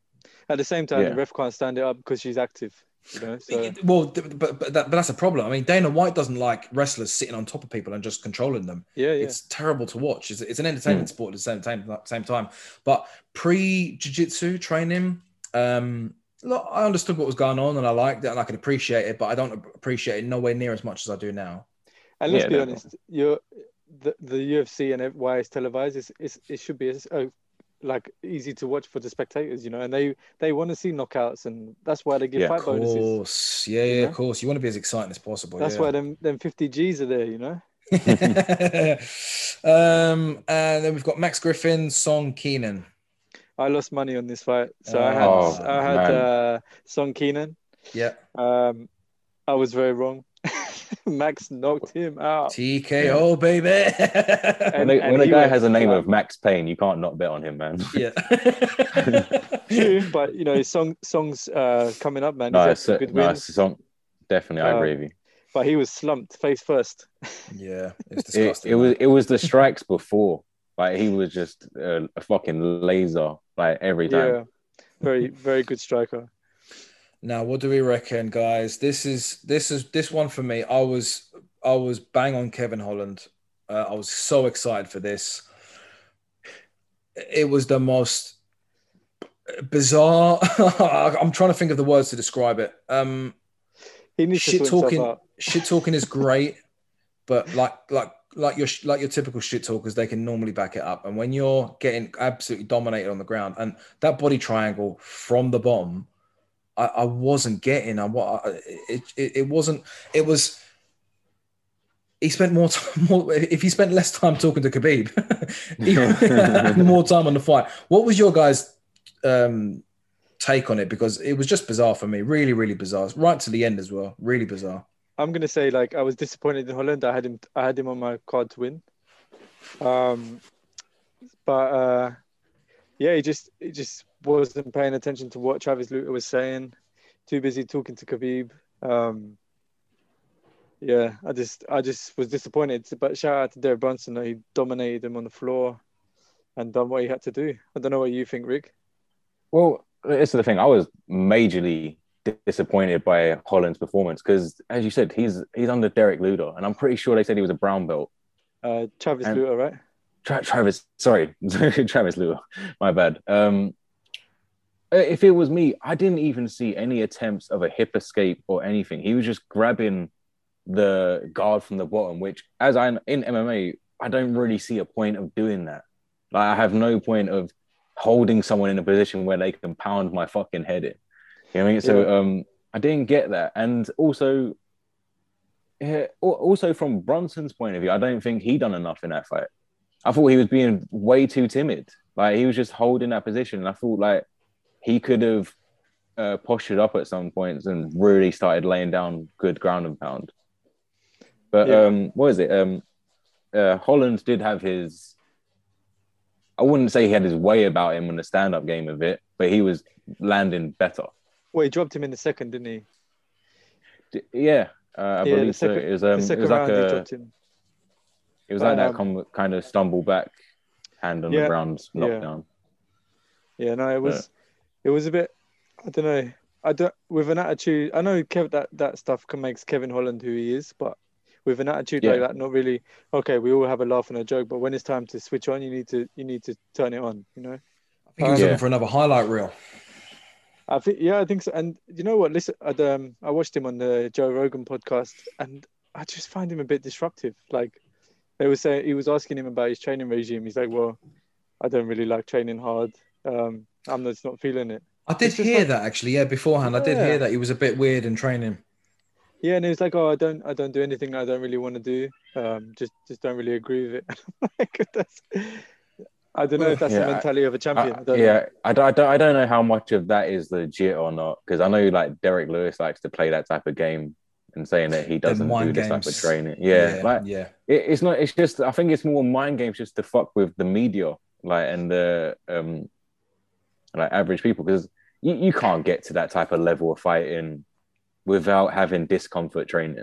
S3: At the same time, the
S4: Yeah.
S3: ref can't stand it up because she's active. You know, so
S2: It- well, th- but but, that, but that's a problem. I mean, Dana White doesn't like wrestlers sitting on top of people and just controlling them.
S3: yeah, Hmm. yeah.
S2: It's terrible to watch. It's, it's an entertainment sport at the same time. at the Same time, but pre jiu-jitsu training, um, look, I understood what was going on and I liked it and I could appreciate it, but I don't ap- appreciate it nowhere near as much as I do now.
S3: And let's
S4: Yeah,
S3: be
S4: definitely.
S3: honest, you're the, the UFC and why it's televised is it's, it should be uh, like easy to watch for the spectators, you know, and they they want to see knockouts and that's why they give
S4: Yeah.
S3: fight
S2: Of
S3: bonuses.
S2: course, yeah, yeah,
S3: You know?
S2: of course. You want to be as exciting as
S4: Oh,
S2: possible.
S3: That's
S2: yeah. *laughs*
S3: why them them 50 G's are there, you know.
S2: um, and then we've got Max Griffin, Song Keenan.
S3: I lost money on this fight, so I had
S4: Oh,
S3: I had
S4: man.
S3: uh, Song Keenan.
S2: Yeah,
S3: Um, I was very wrong. *laughs* Max knocked him out.
S2: TKO baby.
S4: When,
S3: Oh. And-
S4: a- when a
S3: he
S4: guy
S3: went-
S4: has a name of Max Payne, you can't not bet on him, man.
S2: *laughs*
S3: *laughs*
S2: yeah.
S3: True, *laughs* but you know, Song Song's uh, coming up, man. He's
S4: no,
S3: had
S4: it's,
S3: some good
S4: no,
S3: wins,
S4: it's some- definitely, I
S3: Uh,
S4: agree with you.
S3: but he was slumped face first.
S2: yeah, it's
S4: It,
S2: disgusting.
S4: it was
S2: man.
S4: it was the strikes before, like he was just uh, a fucking laser, like every time.
S3: Yeah, very very good striker.
S2: Now, what do we reckon, guys? This is this is this one for me. I was I was bang on Kevin Holland. Uh, I was so excited for this. It was the most bizarre. *laughs* I'm trying to think of the words to describe it. Um,
S3: He needs
S2: Shit
S3: to sort
S2: talking-
S3: himself out.
S2: shit talking is great, but like like like your like your typical shit talkers, they can normally back it up. And when you're getting absolutely dominated on the ground, and that body triangle from the bomb, I, I wasn't getting. I what it, it it wasn't. It was. He spent more time. *laughs* More, if he spent less time talking to Khabib, *laughs* he had more time on the fight. What was your guys' um, take on it? Because it was just bizarre for me. Really, really bizarre. Right to the end as well. Really bizarre.
S3: I'm gonna say like I was disappointed in Holland. I had him I had him on my card to win. Um but uh yeah, he just he just wasn't paying attention to what Travis Luter was saying. Too busy talking to Khabib. Um yeah, I just I just was disappointed. But shout out to Derek Brunson that he dominated him on the floor and done what he had to do. I don't know what you think, Rick.
S4: Well, this is the thing. I was majorly disappointed by Holland's performance because, as you said, he's he's under Derek Luder, and I'm pretty sure they said he was a brown belt.
S3: Uh, Travis
S4: And-
S3: Luter, right?
S4: Tra- Travis, sorry, *laughs* Travis Luder, my bad. Um, if it was me, I didn't even see any attempts of a hip escape or anything. He was just grabbing the guard from the bottom, which, as I'm in MMA, I don't really see a point of doing that. Like, I have no point of holding someone in a position where they can pound my fucking head in. You know what I mean? So, um, I didn't get that, and also. Yeah, al- also from Bronson's point of view, I don't think he done enough in that fight. I thought he was being way too timid. Like he was just holding that position. And I thought like he could have uh, postured up at some points and really started laying down good ground and pound. But
S3: Yeah.
S4: um, what is it? Um, uh, Holland did have his. I wouldn't say he had his way about him in the stand-up game of it, but he was landing better.
S3: Well, he dropped him in the second, didn't he?
S4: D- yeah, uh, I
S3: Yeah, the
S4: believe so.
S3: second-
S4: It was, um,
S3: the
S4: it
S3: second
S4: was like
S3: round, he
S4: a,
S3: dropped him.
S4: it was like
S3: but,
S4: that com- kind of stumble back, hand on
S3: Yeah,
S4: the ground
S3: yeah.
S4: knockdown.
S3: Yeah, no, it was, it was a bit. I don't know. I don't with an attitude. I know Kev, that that stuff can makes Kevin Holland who he is, but with an attitude like
S4: Yeah.
S3: that, not really. Okay, we all have a laugh and a joke, but when it's time to switch on, you need to you need to turn it on. You know.
S2: I think he was
S4: Yeah.
S2: looking for another highlight reel.
S3: I think yeah, I think so. And you know what? Listen, I'd, um, I watched him on the Joe Rogan podcast, and I just find him a bit disruptive. Like they were saying, he was asking him about his training regime. He's like, "Well, I don't really like training hard. Um, I'm just not feeling it."
S2: I did
S3: It's just
S2: hear
S3: like-
S2: that actually. Yeah, beforehand, I did
S3: Yeah.
S2: hear that he was a bit weird in training.
S3: Yeah, and he was like, "Oh, I don't, I don't do anything. I don't really want to do. Um, just, just don't really agree with it." *laughs* like that's, I don't know if that's
S4: Yeah,
S3: the
S4: I-
S3: mentality of a champion. I,
S4: I-
S3: don't know.
S4: Uh, yeah, I don't, I don't, I don't know how much of that is legit or not because I know like Derek Lewis likes to play that type of game and saying that he doesn't do
S2: mind
S4: this type of
S2: games.
S4: training. Yeah,
S2: yeah,
S4: like
S2: yeah.
S4: it, it's not. It's just I think it's more mind games just to fuck with the media, like and the um, like average people because you, you can't get to that type of level of fighting without having discomfort training.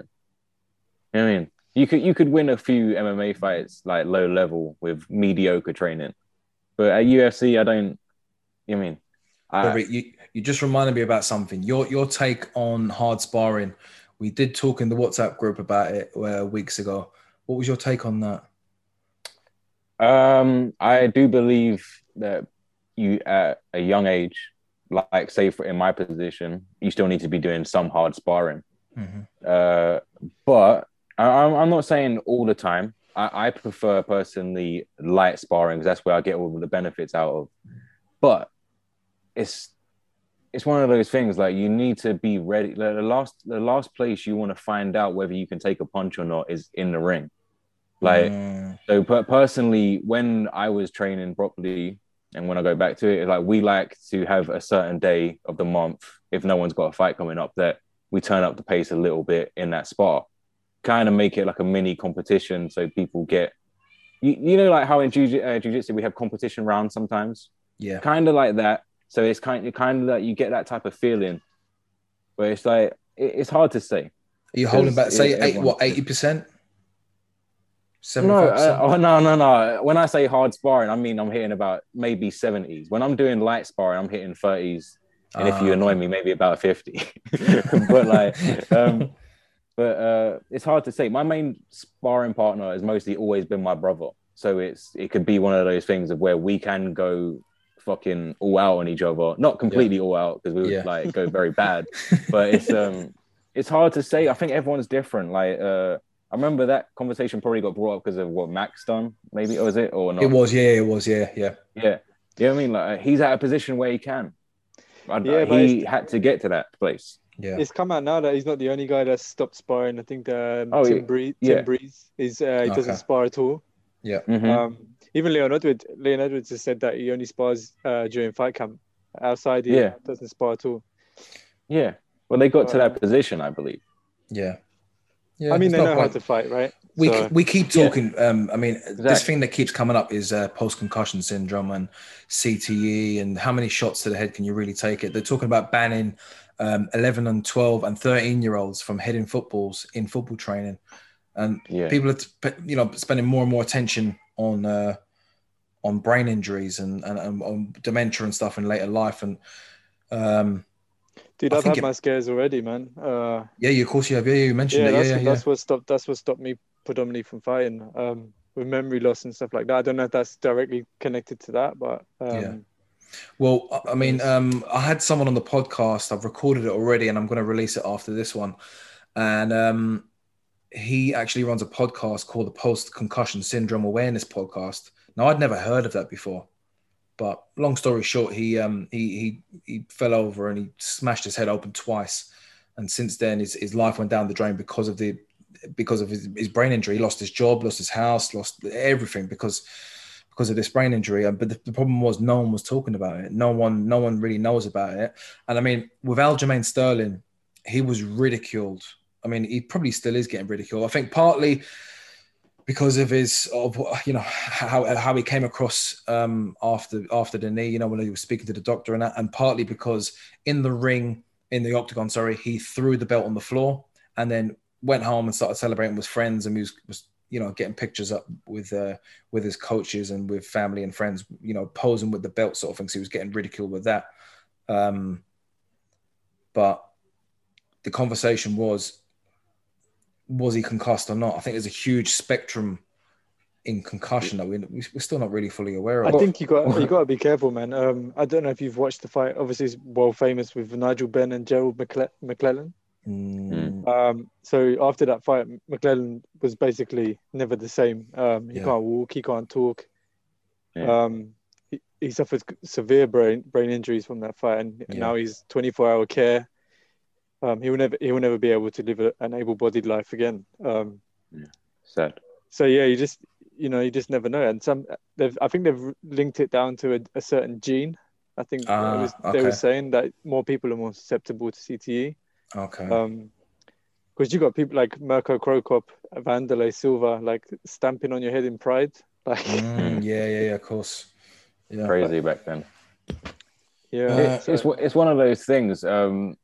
S4: You know what I mean, you could you could win a few MMA fights like low level with mediocre training, but at UFC I don't. You know what I mean, I,
S2: Robert, you, you just reminded me about something. Your your take on hard sparring. We did talk in the WhatsApp group about it uh, weeks ago. What was your take on that?
S4: Um, I do believe that you at a young age, like say for in my position, you still need to be doing some hard sparring.
S2: Mhm.
S4: Uh, but I, I'm I'm not saying all the time. I, I prefer personally light sparring 'cause that's where I get all the benefits out of. But it's it's one of those things like you need to be ready. Like, the last the last place you want to find out whether you can take a punch or not is in the ring. Like
S2: Mm,
S4: so per- personally, when I was training properly, and when I go back to it, like we like to have a certain day of the month, if no one's got a fight coming up, that we turn up the pace a little bit in that spot, kind of make it like a mini competition, so people get, you, you know, like how in jiu- uh, jiu-jitsu we have competition rounds sometimes
S2: yeah,
S4: kind of like that. So it's kind of kind of like you get that type of feeling where it's like it- it's hard to say.
S2: are you holding back?
S4: Because
S2: Say
S4: it-
S2: eight,
S4: everyone-
S2: what eighty percent,
S4: No,
S2: seventy-five
S4: uh,
S2: percent.
S4: oh, no, no, no. When I say hard sparring, I mean I'm hitting about maybe 70s. When I'm doing light sparring, I'm hitting 30s, and if you
S2: Ah,
S4: annoy me, maybe about 50. *laughs*
S2: *laughs*
S4: but like, um, but uh, it's hard to say. My main sparring partner has mostly always been my brother, so it's it could be one of those things of where we can go fucking all out on each other, not completely all out because we would
S2: Yeah.
S4: like go very bad, but it's um it's hard to say. I think everyone's different. Like uh, I remember that conversation probably got brought up because of what Max done, maybe or was it or not?
S2: it was, yeah, it was, yeah, yeah.
S4: Yeah, you know what I mean. Like he's at a position where he can. I,
S3: Yeah, but
S4: he
S3: it's-
S4: had to get to that place.
S2: Yeah,
S3: It's come out now that he's not the only guy that's stopped sparring. I think um,
S4: Oh,
S3: Tim
S4: yeah.
S3: Breeze,
S4: Yeah.
S3: Tim Breeze is uh, he doesn't
S2: Okay.
S3: spar at all.
S4: Mhm.
S3: Um, even Leon Edwards, Leon Edwards has said that he only spars uh, during fight camp. Outside, he
S4: Yeah.
S3: doesn't spar at all.
S4: yeah. Well, they got to that position, I believe.
S2: yeah, yeah.
S3: I mean,
S2: it's
S3: they
S2: not
S3: know how
S2: quite-
S3: to fight, right?
S2: we,
S3: So-
S2: we keep
S4: Yeah.
S2: talking. Um, I mean, this
S4: Exactly.
S2: thing that keeps coming up is uh, post concussion syndrome and CTE, and how many shots to the head can you really take it? They're talking about banning um, 11 and 12 and 13 year olds from hitting footballs in football training. And
S4: Yeah.
S2: people are, p- you know, spending more and more attention on uh, on brain injuries and, and, and on dementia and stuff in later life. And um,
S3: Dude,
S2: I
S3: I've
S2: think
S3: had
S2: it-
S3: my scares already, man. Uh,
S2: Yeah, you, of course you have. Yeah, you mentioned
S3: yeah,
S2: it.
S3: that's,
S2: Yeah, yeah, yeah.
S3: that's what stopped. That's what stopped me predominantly from fighting. Um, with memory loss and stuff like that. I don't know if that's directly connected to that, but um,
S2: Yeah. Well, I- I mean, um, I had someone on the podcast. I've recorded it already, and I'm going to release it after this one. And um, he actually runs a podcast called the Post Concussion Syndrome Awareness Podcast. Now, I'd never heard of that before, but long story short, he um, he he he fell over and he smashed his head open twice, and since then his his life went down the drain because of the because of his, his brain injury. He lost his job, lost his house, lost everything because because of this brain injury. And- But the, the problem was no one was talking about it. No one, no one really knows about it. And I mean, with Aljamain Sterling, he was ridiculed. I mean, he probably still is getting ridiculed. I think partly because of his, of, you know, how how he came across um, after after the knee. You know, when he was speaking to the doctor and that, and partly because in the ring, in the octagon, sorry, he threw the belt on the floor and then went home and started celebrating with friends and he was, was you know getting pictures up with uh, with his coaches and with family and friends, you know, posing with the belt sort of thing. So he was getting ridiculed with that. Um, but the conversation was, was he concussed or not? I think there's a huge spectrum in concussion that we, we're still not really fully aware
S3: I
S2: of.
S3: think you got you got to be careful, man. Um, I don't know if you've watched the fight. Obviously, it's world famous with Nigel Benn and Gerald McCle- McClellan.
S2: Mm,
S3: Um, so after that fight, McClellan was basically never the same. Um, he
S2: Yeah.
S3: can't walk, he can't talk.
S4: Yeah.
S3: Um, he, he suffered severe brain brain injuries from that fight, and
S2: Yeah.
S3: now he's 24 hour care. Um, he will never he will never be able to live a- an able bodied life again. Um,
S4: Sad.
S3: so yeah, you just you know you just never know. And some they've I think they've linked it down to a, a certain gene. I think
S2: Ah,
S3: it was, they were
S2: okay.
S3: saying that more people are more susceptible to E. CTE.
S2: okay.
S3: Um, because you got people like Mirko Krokop, Vanderlei Silva, like stamping on your head in pride.
S4: *laughs*
S3: Like,
S2: Mm, yeah, yeah, yeah, of course. Yeah.
S4: Crazy back then.
S3: *laughs* yeah,
S2: Uh,
S3: *laughs*
S4: it's, it's
S3: so-
S4: one- it's one of those things. Um,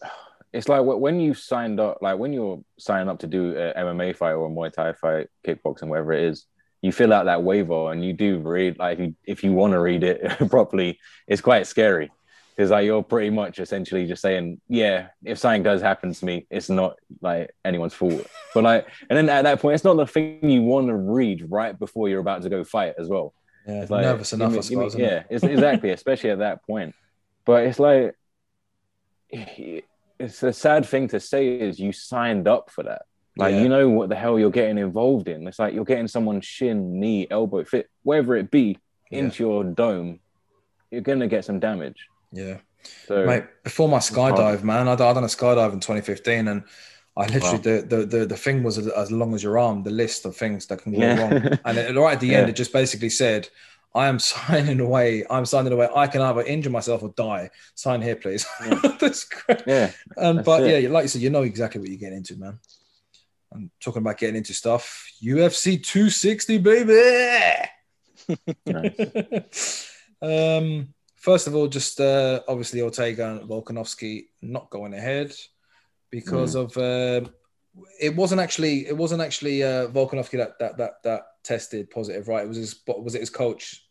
S4: *sighs* it's like wh- when you signed up, like when you're signing up to do a MMA fight or a Muay Thai fight, kickboxing, whatever it is, you fill out that waiver and you do read. Like if you, if you want to read it *laughs* properly, it's quite scary because like you're pretty much essentially just saying, yeah, if something does happen to me, it's not like anyone's fault. But like, and then at that point, it's not the thing you want to read right before you're about to go fight as well.
S2: yeah,
S4: It's like,
S2: nervous
S4: you
S2: enough,
S4: mean-
S2: I
S4: you mean-
S2: suppose. isn't it?
S4: yeah,
S2: *laughs*
S4: it's exactly, especially at that point. But it's like, it's a sad thing to say is you signed up for that. Like,
S2: Yeah.
S4: you know what the hell you're getting involved in. It's like you're getting someone's shin, knee, elbow, fit, wherever it be, into your dome. You're going to get some damage.
S2: yeah. yeah.
S4: So,
S2: Mate, before my skydive, man, I, I done a skydive in 2015, and I literally the, the the the thing was as, as long as your arm, the list of things that can go
S4: Yeah. *laughs*
S2: wrong, and it, right at the end,
S4: Yeah.
S2: it just basically said, "I am *laughs* signing away. I'm signing away. I can either injure myself or die. Sign here, please." *laughs* That's great.
S4: yeah,
S2: Um,
S4: That's
S2: but
S4: it.
S2: yeah, like you said, you know exactly what you're getting into, man. I'm talking about getting into stuff. UFC 260, baby.
S4: nice.
S2: *laughs* um, first of all, just uh, obviously Ortega and Volkanovski not going ahead because
S4: Hmm.
S2: of um it wasn't actually it wasn't actually uh, Volkanovski that that that that tested positive, right? It was his was it his coach?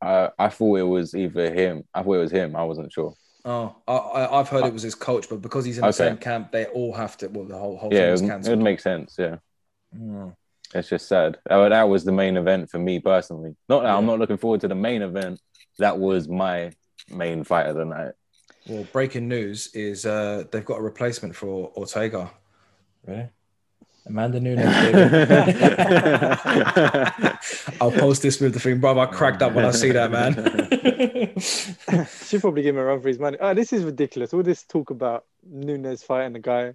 S4: I, I thought it was either him. I thought it was him. I wasn't sure.
S2: Oh, I, I, I've heard it was his coach, but because he's in the
S4: Okay.
S2: same camp, they all have to. Well, the whole whole
S4: yeah,
S2: thing
S4: it
S2: was
S4: would, it would
S2: cancelled.
S4: make sense. Yeah.
S2: Mm.
S4: It's just sad. Oh, that was the main event for me personally. Not that I'm not looking forward to the main event. That was my main fight of the night.
S2: Well, breaking news is uh, they've got a replacement for Ortega. Really? Amanda Nunes. baby. I'll post this with the thing, bro. I cracked up when I see that, man.
S3: *laughs* Should probably give him a run for his money. Oh, this is ridiculous. All this talk about Nunes fighting the guy,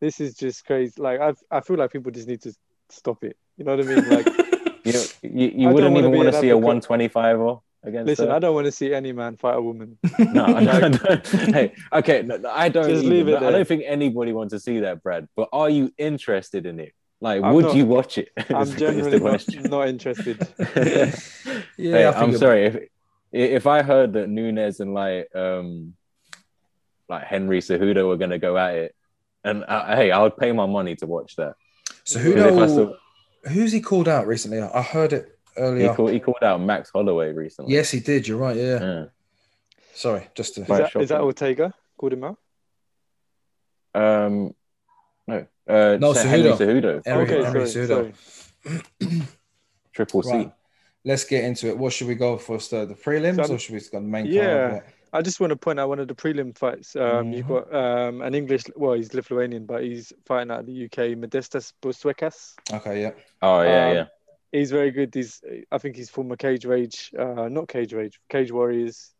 S3: this is just crazy. Like, I I feel like people just need to stop it. You know what I mean?
S4: *laughs*
S3: Like,
S4: *laughs* you know, you,
S3: I
S4: you
S3: don't
S4: wouldn't
S3: wanna
S4: even
S3: be
S4: want
S3: an
S4: to see a
S3: advocate.
S4: 125 or against.
S3: listen,
S4: her?
S3: I don't want to see any man fight
S4: *laughs*
S3: a woman. *laughs*
S4: no, I don't, I don't- *laughs* Hey, okay, no, no, I don't.
S3: Just
S4: even-
S3: leave it
S4: I
S3: there.
S4: don't think anybody wants to see that, Brad. But are you interested in it? Like,
S3: I'm
S4: would
S3: not-
S4: you watch it? *laughs* Is-
S3: I'm
S4: is the
S3: generally not,
S4: question.
S3: not
S2: *laughs*
S3: interested.
S4: *laughs*
S2: yeah,
S4: hey,
S2: I think
S4: I'm
S2: it-
S4: sorry if if I heard that Nunez and like um like Henry Cejudo were gonna go at it, and I, hey, I would pay my money to watch that.
S2: So
S4: 'Cause if I
S2: who
S4: saw-
S2: who's he called out recently? I heard it
S4: he,
S2: earlier.
S4: called, he called out Max Holloway recently.
S2: Yes, he did. You're right. Yeah.
S4: Yeah.
S2: Sorry, just to.
S3: Is
S4: Right,
S3: that,
S4: sure.
S3: is that Ortega called him out?
S4: Um, no, uh,
S2: No,
S4: Sir Henry
S2: Cejudo.
S4: Cejudo,
S2: Henry-
S3: okay,
S2: Henry
S3: sorry,
S2: Cejudo.
S3: sorry.
S4: triple C.
S2: Right. Let's get into it. What should we go for? Sir? The prelims
S3: So-
S2: or should we go the main card?
S3: Yeah. I just want to point out one of the prelim fights. Um, You've
S2: Mm-hmm.
S3: got um, an English, well, he's Lithuanian, but he's fighting out of the UK, Modestas Buswekas.
S2: Okay, yeah.
S4: Oh yeah,
S3: Um,
S4: yeah.
S3: He's very good. He's, I think he's former Cage Rage, uh, not Cage Rage, Cage Warriors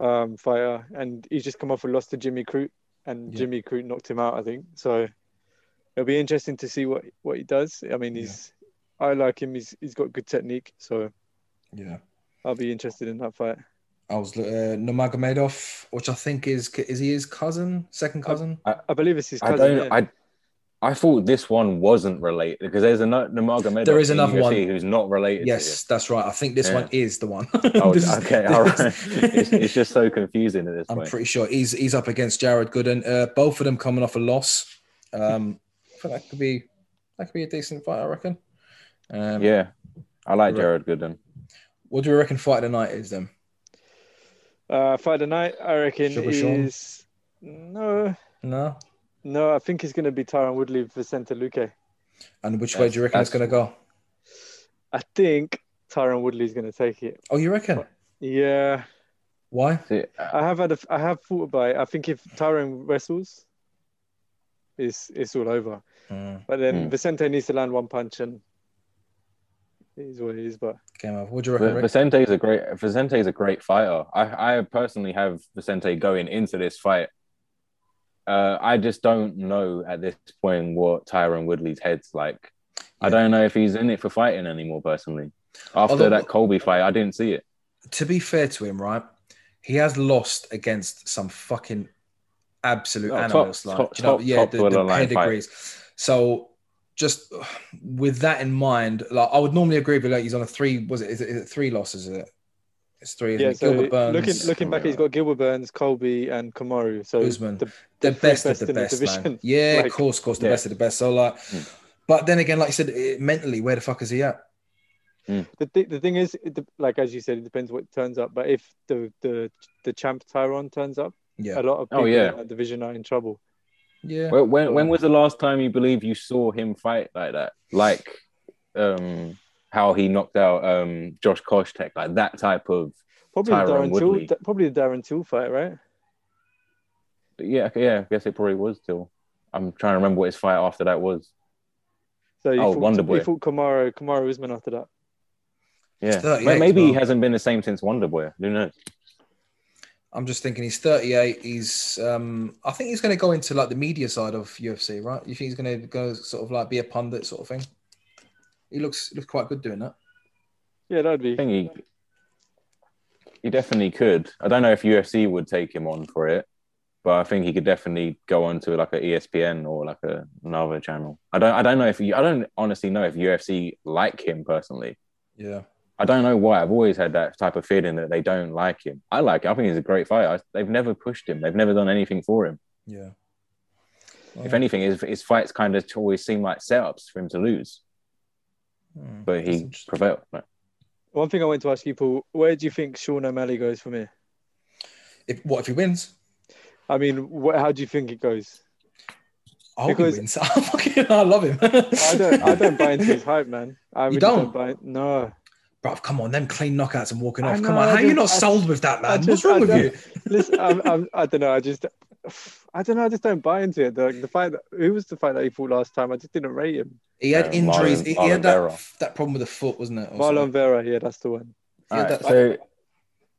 S3: um, fighter, and he's just come off a loss to Jimmy Crute, and
S2: Yeah.
S3: Jimmy Crute knocked him out, I think. So it'll be interesting to see what what he does. I mean,
S2: Yeah.
S3: he's, I like him. He's he's got good technique, so
S2: Yeah.
S3: I'll be interested in that fight.
S2: I was uh, Nurmagomedov, which I think is is he his cousin, second
S4: Uh,
S2: cousin.
S3: I believe it's his
S4: I
S3: cousin.
S4: don't.
S3: yeah.
S4: I I thought this one wasn't related because there's another Nurmagomedov.
S2: There is
S4: in
S2: another
S4: UFC
S2: one.
S4: who's not related.
S2: yes, that's right. I think this
S4: Yeah.
S2: one is the one.
S4: To him. *laughs* Oh,
S2: *laughs* This is-
S4: okay, all right.
S2: this-
S4: *laughs* it's, it's just so confusing at this
S2: I'm
S4: point.
S2: pretty sure he's he's up against Jared Gooden. Uh, both of them coming off a loss. Um, I think that could be that could be a decent fight, I reckon. Um,
S4: yeah, I like
S2: Right.
S4: Jared Gooden.
S2: What do you reckon fight of the night is then?
S3: Uh, fight of the night, I reckon
S2: Sugar Sean?
S3: is no,
S2: No.
S3: no. I think it's going to be Tyron Woodley Vicente Luque.
S2: And which way do you reckon it's going
S4: That's-
S2: to go?
S3: I think Tyron Woodley's going to take it.
S2: Oh, you reckon?
S3: Yeah,
S2: Why?
S4: See, uh,
S3: I have had a, I have thought about it. I think if Tyron wrestles, it's it's all over. But then
S4: Hmm.
S3: Vicente needs to land one punch and. it is what it is, but
S2: Game over. What do you reckon? Rick?
S4: Vicente is a great Vicente is a great fighter. I, I personally have Vicente going into this fight. Uh, I just don't know at this point what Tyron Woodley's head's like. I
S2: Yeah.
S4: don't know if he's in it for fighting anymore. Personally, after
S2: Although-
S4: that Colby fight, I didn't see it.
S2: to be fair to him, right? He has lost against some fucking absolute
S4: Oh, top-
S2: animals, like
S4: top-
S2: do you know,
S4: top-
S2: yeah,
S4: top
S2: the, the
S4: level line
S2: pedigrees. So, just *sighs* uh, with that in mind, like I would normally agree with you, like he's on a three. Was it? Is it, is it three losses? Is it? It's three. Isn't
S3: yeah.
S2: it?
S3: So
S2: Gilbert Burns,
S3: looking looking back, he's got Gilbert Burns, Colby, and Kamaru. So
S2: Usman.
S3: the-
S2: the
S3: three
S2: best of
S3: best
S2: the
S3: in the
S2: best, man.
S3: division.
S2: Yeah, of
S3: Like-
S2: course, of course, the
S4: Yeah.
S2: best of the best. So like,
S4: Mm.
S2: but then again, like you said, it, mentally, where the fuck is he at?
S3: the, th- the thing is, it, de- like as you said, it depends what turns up. But if the the, the champ Tyron turns up,
S2: Yeah,
S3: a lot of
S4: Oh,
S3: people
S4: yeah.
S3: in that division are in trouble.
S2: yeah.
S4: When, when when was the last time you believe you saw him fight like that? Like um how he knocked out um Josh Koscheck, like that type of
S3: Probably the
S4: Tyron
S3: Darren Till,
S4: Woodley.
S3: th- probably the Darren Till fight, right?
S4: yeah, okay, yeah, I guess it probably was still. I'm trying to remember what his fight after that was.
S3: So he
S4: Oh,
S3: fought,
S4: Wonderboy.
S3: He fought Kamara, Kamara Usman after that.
S4: Yeah.
S2: 38
S4: May-
S2: as
S4: Maybe he
S2: well.
S4: hasn't been the same since Wonderboy. Who knows?
S2: I'm just thinking he's 38. He's um I think he's going to go into like the media side of UFC, right? You think he's going to go sort of like be a pundit sort of thing? He looks looks quite good doing that.
S3: Yeah, that'd
S4: I
S3: be.
S4: think he he definitely could. I don't know if UFC would take him on for it, but I think he could definitely go on to like a E ESPN or like a, another channel. I don't I don't know if you I don't honestly know if UFC like him personally.
S2: Yeah.
S4: I don't know why. I've always had that type of feeling that they don't like him. I like him. I think he's a great fighter. I, they've never pushed him. They've never done anything for him.
S2: Yeah.
S4: If anything, his, his fights kind of always seem like setups for him to lose,
S2: Hmm.
S4: but
S2: That's
S4: he
S2: interesting.
S4: prevailed. Like,
S3: One thing I want to ask you, Paul, where do you think Sean O'Malley goes from here?
S2: if, what if he wins?
S3: I mean, wh- how do you think it goes?
S2: I hope
S3: Because-
S2: he wins. *laughs* I fucking I love him. I
S3: I don't,
S2: *laughs*
S3: I don't buy into his hype, man. I really
S2: don't?
S3: buy. No,
S2: Bro, come on, them clean knockouts and walking
S3: I
S2: off.
S3: know,
S2: come on,
S3: I
S2: how are you
S3: just-
S2: not
S3: I-
S2: sold with that,
S3: I
S2: man? What's
S3: just-
S2: wrong
S3: I
S2: with
S3: don't-
S2: you?
S3: listen, I'm, I'm, I don't know. I just, I don't know. I just don't buy into it. The, the fight, that, who was the fight that he fought last time? I just didn't rate him.
S2: He had
S4: Uh,
S2: injuries.
S4: Marlon-
S2: he, he had
S4: Marlon
S2: that,
S4: Vera.
S2: that problem with the foot, wasn't it? or
S3: Marlon
S2: something?
S3: Vera, yeah, that's the one.
S2: Yeah,
S4: All right,
S2: that-
S4: so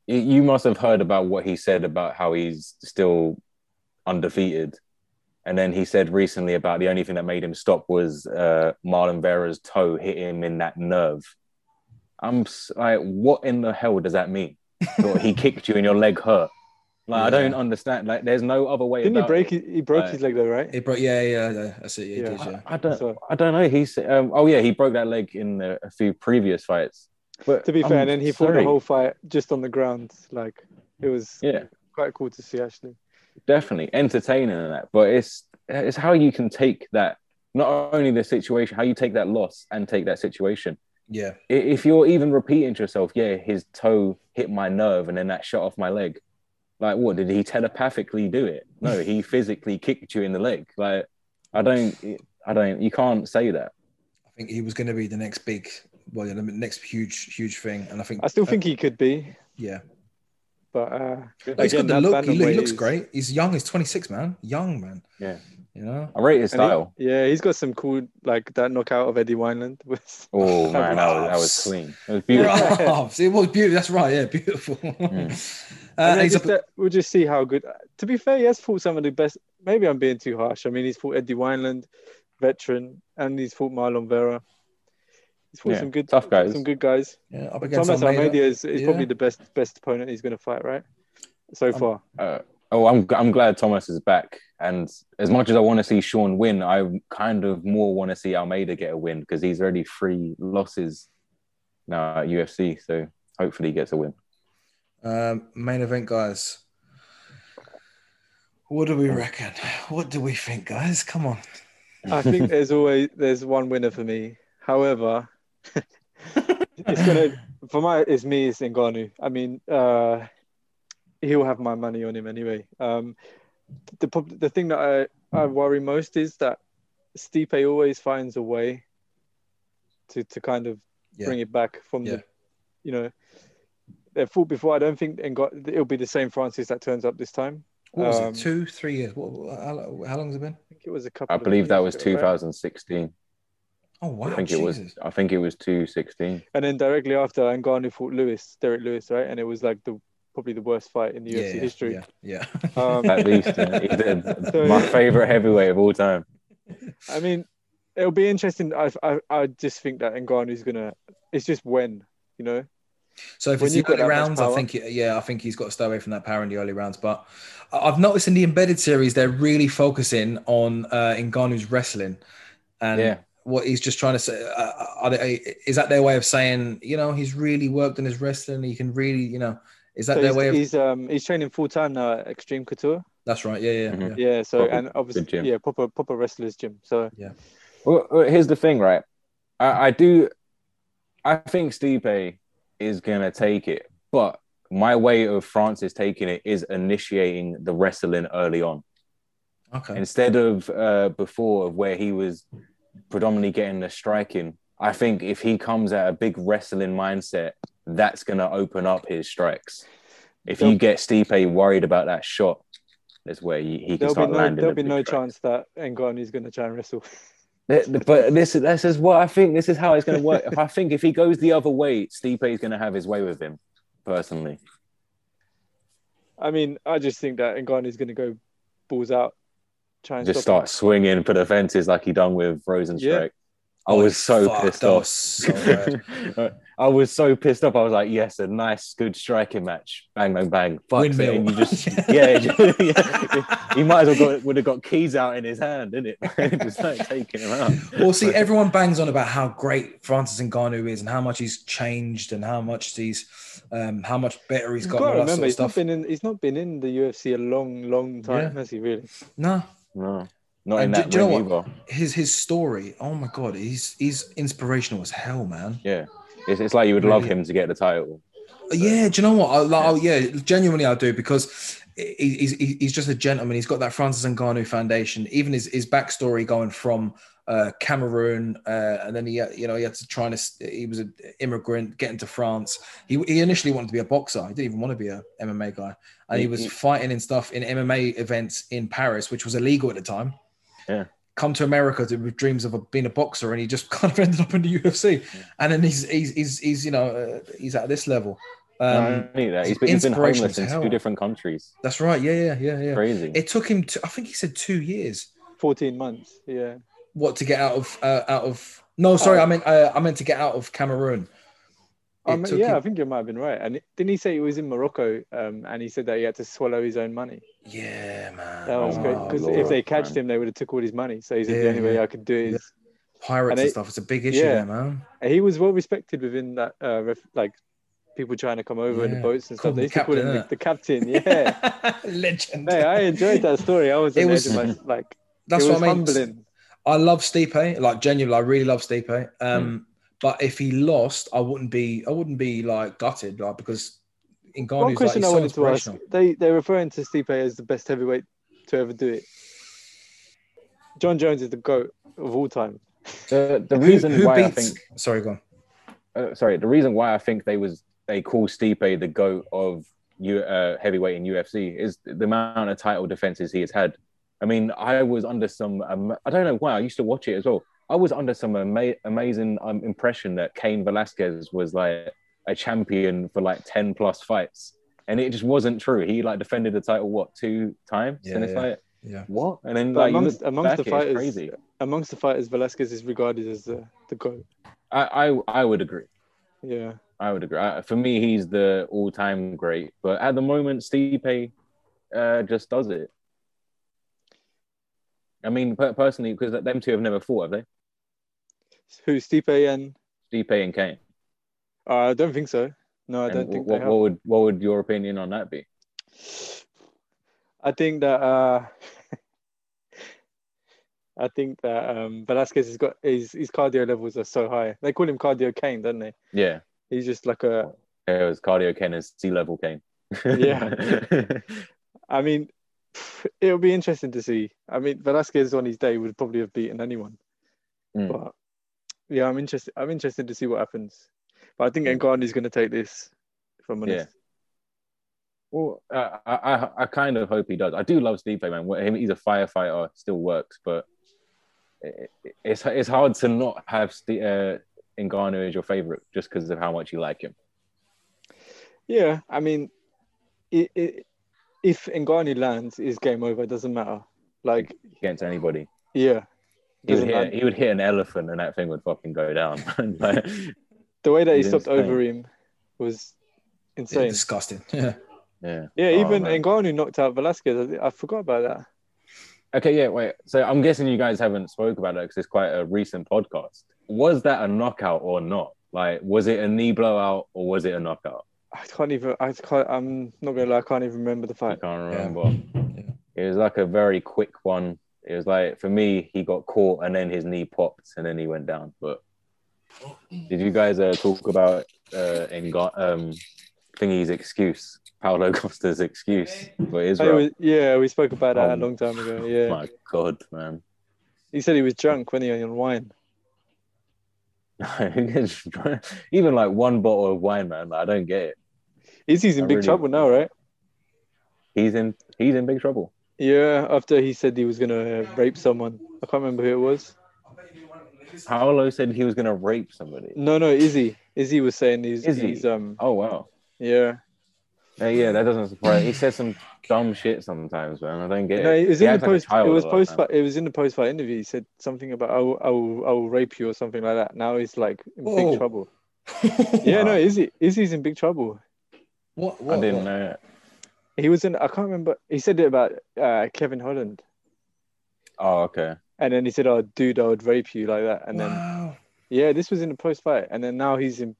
S4: y- you must have heard about what he said about how he's still undefeated. And then he said recently about the only thing that made him stop was uh, Marlon Vera's toe hit him in that nerve. I'm s- like, what in the hell does that mean? Or
S3: *laughs*
S4: he kicked you and your leg hurt. Like, I don't understand. Like, there's no other way.
S3: Didn't he
S4: about
S3: break?
S4: it.
S3: His, he broke
S4: Right.
S3: his leg though, right?
S2: He broke, yeah, yeah, yeah. That's it. Yeah,
S3: Yeah.
S2: He did, yeah.
S4: I, I don't.
S3: So-
S4: I don't know. He's. Um, oh yeah, he broke that leg in uh, a few previous fights. But
S3: To be fair,
S4: I'm
S3: and then he fought
S4: sorry.
S3: the whole fight just on the ground. Like it was
S4: Yeah.
S3: quite cool to see actually.
S4: definitely entertaining and that but it's it's how you can take that not only the situation how you take that loss and take that situation
S2: yeah.
S4: I- if you're even repeating to yourself yeah his toe hit my nerve and then that shot off my leg Like, what did he telepathically do it? No,
S3: *laughs*
S4: he physically kicked you in the leg. Like, I don't, I don't. You can't say that.
S2: I think he was going to be the next big, well, yeah, the next huge, huge thing. And I think uh,
S3: I still think he could be,
S2: yeah,
S3: but uh,
S2: No, he's got
S3: again,
S2: the
S3: that
S2: look. He, look- he
S3: bantamweight
S2: looks
S3: is-
S2: great. He's young. He's 26, man. Young man.
S4: Yeah.
S2: You know.
S4: I rate his
S3: and he- *laughs*
S4: style.
S3: yeah, he's got some cool like that knockout of Eddie Wineland *laughs* was
S4: Oh man, that was, that was
S2: Ruffs.
S4: clean. It was beautiful.
S2: *laughs* Brav. Oh, It was beautiful. That's right. Yeah, beautiful. Uh,
S3: And then
S2: he's
S3: just
S2: up-
S3: that- we'll just see how good. To be fair, he has fought some of the best. Maybe I'm being too harsh. I mean, he's fought Eddie Wineland, veteran, and he's fought Marlon Vera. He's fought
S4: Yeah,
S3: some good,
S4: tough guys.
S3: some good guys.
S2: yeah, up against
S3: Thomas
S2: Almeida.
S3: Almeida, is, is
S2: Yeah.
S3: probably the best best opponent he's going to fight, right? So
S2: Um,
S3: far,
S4: Uh, oh, I'm I'm glad Thomas is back. And as much as I want to see Sean win, I kind of more want to see Almeida get a win because he's already three losses now at UFC. So hopefully he gets a win.
S2: Um, main event, guys. What do we reckon? What do we think, guys? Come on.
S3: I think there's always there's one winner for me. However, *laughs* it's gonna for my it's me it's Ngannou. I mean, uh, he'll have my money on him anyway. Um, the prob- the thing that I, I worry most is that Stipe always finds a way to to kind of
S2: Yeah.
S3: bring it back from
S2: Yeah.
S3: the you know they fought before. I don't think Ngannou, it'll be the same Francis that turns up this time.
S2: What was
S3: Um,
S2: it? Two, three years? What, what- how, how long has it been?
S3: I think it was a couple.
S4: I
S3: of
S4: believe that was
S3: years ago, right?
S4: 2016.
S2: Oh wow!
S4: I think it
S2: Jesus.
S4: was. I think it was 216.
S3: And then directly after, Ngannou fought Lewis, Derek Lewis, right? And it was like the probably the worst fight in the
S2: yeah,
S3: UFC
S2: yeah,
S3: history.
S2: Yeah, yeah.
S3: Um,
S4: At least uh, he did.
S3: *laughs* So-
S4: my favorite heavyweight of all time.
S3: I mean, it'll be interesting. I I, I just think that Ngannou's gonna. It's just when you know.
S2: So if
S3: When
S2: it's
S3: you've
S2: the
S3: got
S2: early
S3: that much
S2: rounds, I
S3: power.
S2: think it- yeah, I think he's got to stay away from that power in the early rounds. But I- I've noticed in the embedded series they're really focusing on uh, Ngannou's wrestling and
S4: Yeah.
S2: what he's just trying to say. Uh, are they, is that their way of saying you know he's really worked on his wrestling? He can really you know is that
S3: So
S2: their
S3: he's,
S2: way of?
S3: he's um he's training full time now at Extreme Couture.
S2: That's right. Yeah, yeah,
S4: Mhm.
S2: yeah.
S3: Yeah. So
S4: Proper
S3: and
S4: good gym.
S3: obviously yeah proper proper wrestler's gym. So
S4: Well, well, here's the thing, right? I, I do. I think Stipe is gonna take it, but my way of Francis taking it is initiating the wrestling early on
S2: Okay.
S4: instead of uh, before of where he was predominantly getting the striking. I think if he comes at a big wrestling mindset, that's gonna open up his strikes. If you
S3: There'll-
S4: get Stipe worried about that shot, that's where he, he can
S3: there'll be
S4: start
S3: no
S4: landing.
S3: there'll
S4: the
S3: be
S4: big
S3: no
S4: strikes.
S3: chance that Ngannou's gonna try and wrestle.
S4: Th- But this is this is what I think. This is how it's going to work. If I think if he goes the other way, Stipe is going to have his way with him. Personally,
S3: I mean, I just think that Ngannou's gonna go balls out, try and
S4: just
S3: stop him.
S4: start swinging for the fences like he done with Rosenstrike.
S3: Yeah.
S4: I
S2: Oh,
S4: was so
S2: Fuck,
S4: pissed
S2: that was
S4: off.
S2: so uh, bad.
S4: *laughs* I was so pissed off. I was like, "Yes, a nice, good striking match. Bang, bang, bang. Fuck it.
S2: Windmill.
S4: And you
S2: *laughs*
S4: just, yeah, *laughs* yeah. He might as well got, would have got keys out in his hand, didn't it? *laughs* just like taking him out.
S2: Well, see, everyone bangs on about how great Francis Ngannou is and how much he's changed and how much he's, um, how much better he's
S3: You've
S2: got.
S3: got to
S2: and all that
S3: remember,
S2: sort of
S3: he's
S2: stuff.
S3: not been in. He's not been in the UFC a long, long time, has he? Really?
S2: no,
S4: no, not in
S2: And do-
S4: that
S2: do you know
S4: ring either.
S2: his his story. Oh my god, he's he's inspirational as hell, man.
S4: Yeah, it's, it's like you would love
S2: Really?
S4: him to get the title.
S2: Uh, Yeah, do you know what? I, like, oh, yeah, genuinely, I do because he, he's he- he's just a gentleman. He's got that Francis Ngannou foundation. Even his his backstory going from uh, Cameroon, uh, and then he had- you know he had to try and he was an immigrant getting to France. He he initially wanted to be a boxer. He didn't even want to be a MMA guy, and he was
S4: Mhm.
S2: fighting and stuff in MMA events in Paris, which was illegal at the time.
S4: Yeah.
S2: Come to America to, with dreams of a, being a boxer, and he just *laughs* kind of ended up in the UFC. And then he's he's he's, he's you know uh, he's at this level. Um,
S4: no, I knew that.
S2: it's
S4: He's been, he's been
S2: inspirational
S4: homeless
S2: as
S4: in
S2: hell.
S4: two different countries.
S2: That's right. Yeah, yeah, yeah, yeah.
S4: Crazy.
S2: It took him. To, I think he said two years.
S3: Fourteen months. Yeah.
S2: What to get out of? Uh, out of? No, sorry. I meant. Uh, I meant to get out of Cameroon. It
S3: Oh. I mean,
S2: took
S3: Um, yeah,
S2: him-
S3: I think you might have been right. And it- didn't he say he was in Morocco? Um, and he said that he had to swallow his own money.
S2: Yeah, man.
S3: That was
S4: Oh,
S3: great
S4: wow.
S3: because
S4: Lord,
S3: if they catched
S4: man.
S3: him, they would have took all his money. So he said
S2: Yeah,
S3: the only way
S2: yeah.
S3: I could do it is.
S2: Pirates and,
S3: And it-
S2: stuff. It's a big issue,
S3: yeah.
S2: there, man.
S3: And He was well respected within that, uh, ref- like people trying to come over in the
S2: Yeah.
S3: boats and
S2: Called
S3: stuff. They
S2: him
S3: used to call him
S2: captain,
S3: the,
S2: innit?
S3: the
S2: *laughs*
S3: captain. Yeah.
S2: Legend.
S3: hey, I enjoyed that story. I was
S2: It
S3: on the
S2: was-
S3: edge of my like.
S2: *laughs* That's
S3: it was
S2: what I mean.
S3: humbling.
S2: I love Stipe, like genuinely, I really love Stipe.
S3: Hmm.
S2: Um, But if he lost, I wouldn't be, I wouldn't be like gutted, like because
S3: One
S2: Ngannou's like,
S3: question
S2: he's
S3: I
S2: so
S3: wanted to ask:
S2: inspirational.
S3: they they're referring to Stipe as the best heavyweight to ever do it. John Jones is the goat of all time.
S4: The, the
S2: Who-
S4: reason
S2: who
S4: why I
S2: beats-
S4: think
S2: Sorry, go on.
S4: uh, sorry, the reason why I think they was they call Stipe the goat of U, uh, heavyweight in UFC is the amount of title defenses he has had. I mean, I was under some um, I don't know why I used to watch it as well. I was under some ama- amazing um, impression that Kane Velasquez was like a champion for like ten plus fights, and it just wasn't true. He like defended the title what two times
S2: Yeah,
S4: in his
S2: yeah.
S4: fight.
S2: Yeah.
S4: What? And then
S3: But
S4: like you
S3: amongst-
S4: look
S3: amongst
S4: back,
S3: the
S4: it's
S3: fighters-
S4: crazy.
S3: Amongst the fighters, Velasquez is regarded as the, the goat.
S4: I, I I would agree.
S3: Yeah,
S4: I would agree. I, for me, he's the all-time great, but at the moment, Stipe uh, just does it. I mean, per- personally, because them two have never fought, have
S3: who Stipe and
S4: they? Stipe and Kane.
S3: uh, I don't think so. No, I
S4: And
S3: don't think
S4: what,
S3: they
S4: what
S3: have.
S4: would what would your opinion on that be?
S3: I think that uh, *laughs* I think that um, Velasquez has got his, his cardio levels are so high. They call him Cardio Kane, don't they?
S4: Yeah,
S3: He's just like a.
S4: it was cardio Kane and sea level Kane. *laughs*
S3: Yeah. I mean, it'll be interesting to see. I mean, Velasquez on his day would probably have beaten anyone,
S4: Mm.
S3: but yeah, I'm interested. I'm interested to see what happens. But I think
S4: Hmm.
S3: Ngannou's going to take this. If I'm honest.
S4: Yeah. well, I, I I- I kind of hope he does. I do love Stipe, man. What- Him, he's a firefighter, still works, but it, it- it's it's hard to not have Sti uh, Ngannou as your favorite just because of how much you like him.
S3: Yeah, I mean, i i if Ngannou lands, is game over. It doesn't matter. Like,
S4: against anybody.
S3: yeah,
S4: He would,
S3: doesn't
S4: hit,
S3: matter.
S4: he would hit an elephant and that thing would fucking go down. *laughs* Like,
S3: The way that he
S4: He's
S3: stopped
S4: insane.
S3: over him was
S2: It's
S3: insane.
S2: disgusting. *laughs* Yeah.
S4: yeah.
S3: Yeah,
S4: Oh,
S3: even
S4: man.
S3: Ngannou knocked out Velasquez. I, I forgot about that.
S4: Okay, yeah, wait. So I'm guessing you guys haven't spoke about it because it's quite a recent podcast. Was that a knockout or not? Like, was it a knee blowout or was it a knockout?
S3: I can't even. I can't. I'm not gonna lie. I can't even remember the
S4: I
S3: fight.
S4: can't remember.
S2: Yeah.
S4: It was like a very quick one. It was like for me, he got caught and then his knee popped and then he went down. But did you guys uh, talk about uh, in um, thingy's excuse, Paulo *laughs* Costa's excuse for
S3: Oh,
S4: Israel?
S3: we- yeah, we spoke about that a
S4: Um,
S3: long
S4: *laughs*
S3: time ago. Yeah,
S4: My God, man. *laughs*
S3: he said he was drunk when he on wine.
S4: Who gets drunk? Even like one bottle of wine, man. Like, I don't get it.
S3: Izzy's in
S4: I
S3: big
S4: really-
S3: trouble now, right?
S4: He's in he's in big trouble.
S3: Yeah, after he said he was gonna uh, rape someone. I can't remember who it was.
S4: Paolo said he was gonna rape somebody.
S3: No, no, Izzy. Izzy was saying he's,
S4: Izzy.
S3: he's um
S4: Oh wow.
S3: yeah.
S4: Yeah, Uh, yeah, that doesn't surprise. He says some dumb shit sometimes, man. I don't get
S3: No,
S4: it.
S3: it was
S4: He
S3: in
S4: acts
S3: the
S4: like a
S3: post.
S4: child
S3: it
S4: a
S3: was
S4: lot of
S3: post. It was in the post fight interview. He said something about I will, I will, I will rape you or something like that. Now he's like in
S2: Whoa.
S4: Oh.
S3: big trouble.
S4: *laughs*
S3: Yeah, no, Izzy, Izzy's in big trouble.
S2: What?
S4: time.
S2: what
S4: I didn't
S2: what?
S4: know it.
S3: He was in. I can't remember. He said it about uh, Kevin Holland,
S4: Oh, okay.
S3: and then he said, "Oh, dude, I would rape you like that." And then
S2: wow.
S3: yeah, this was in the post fight, and then now he's in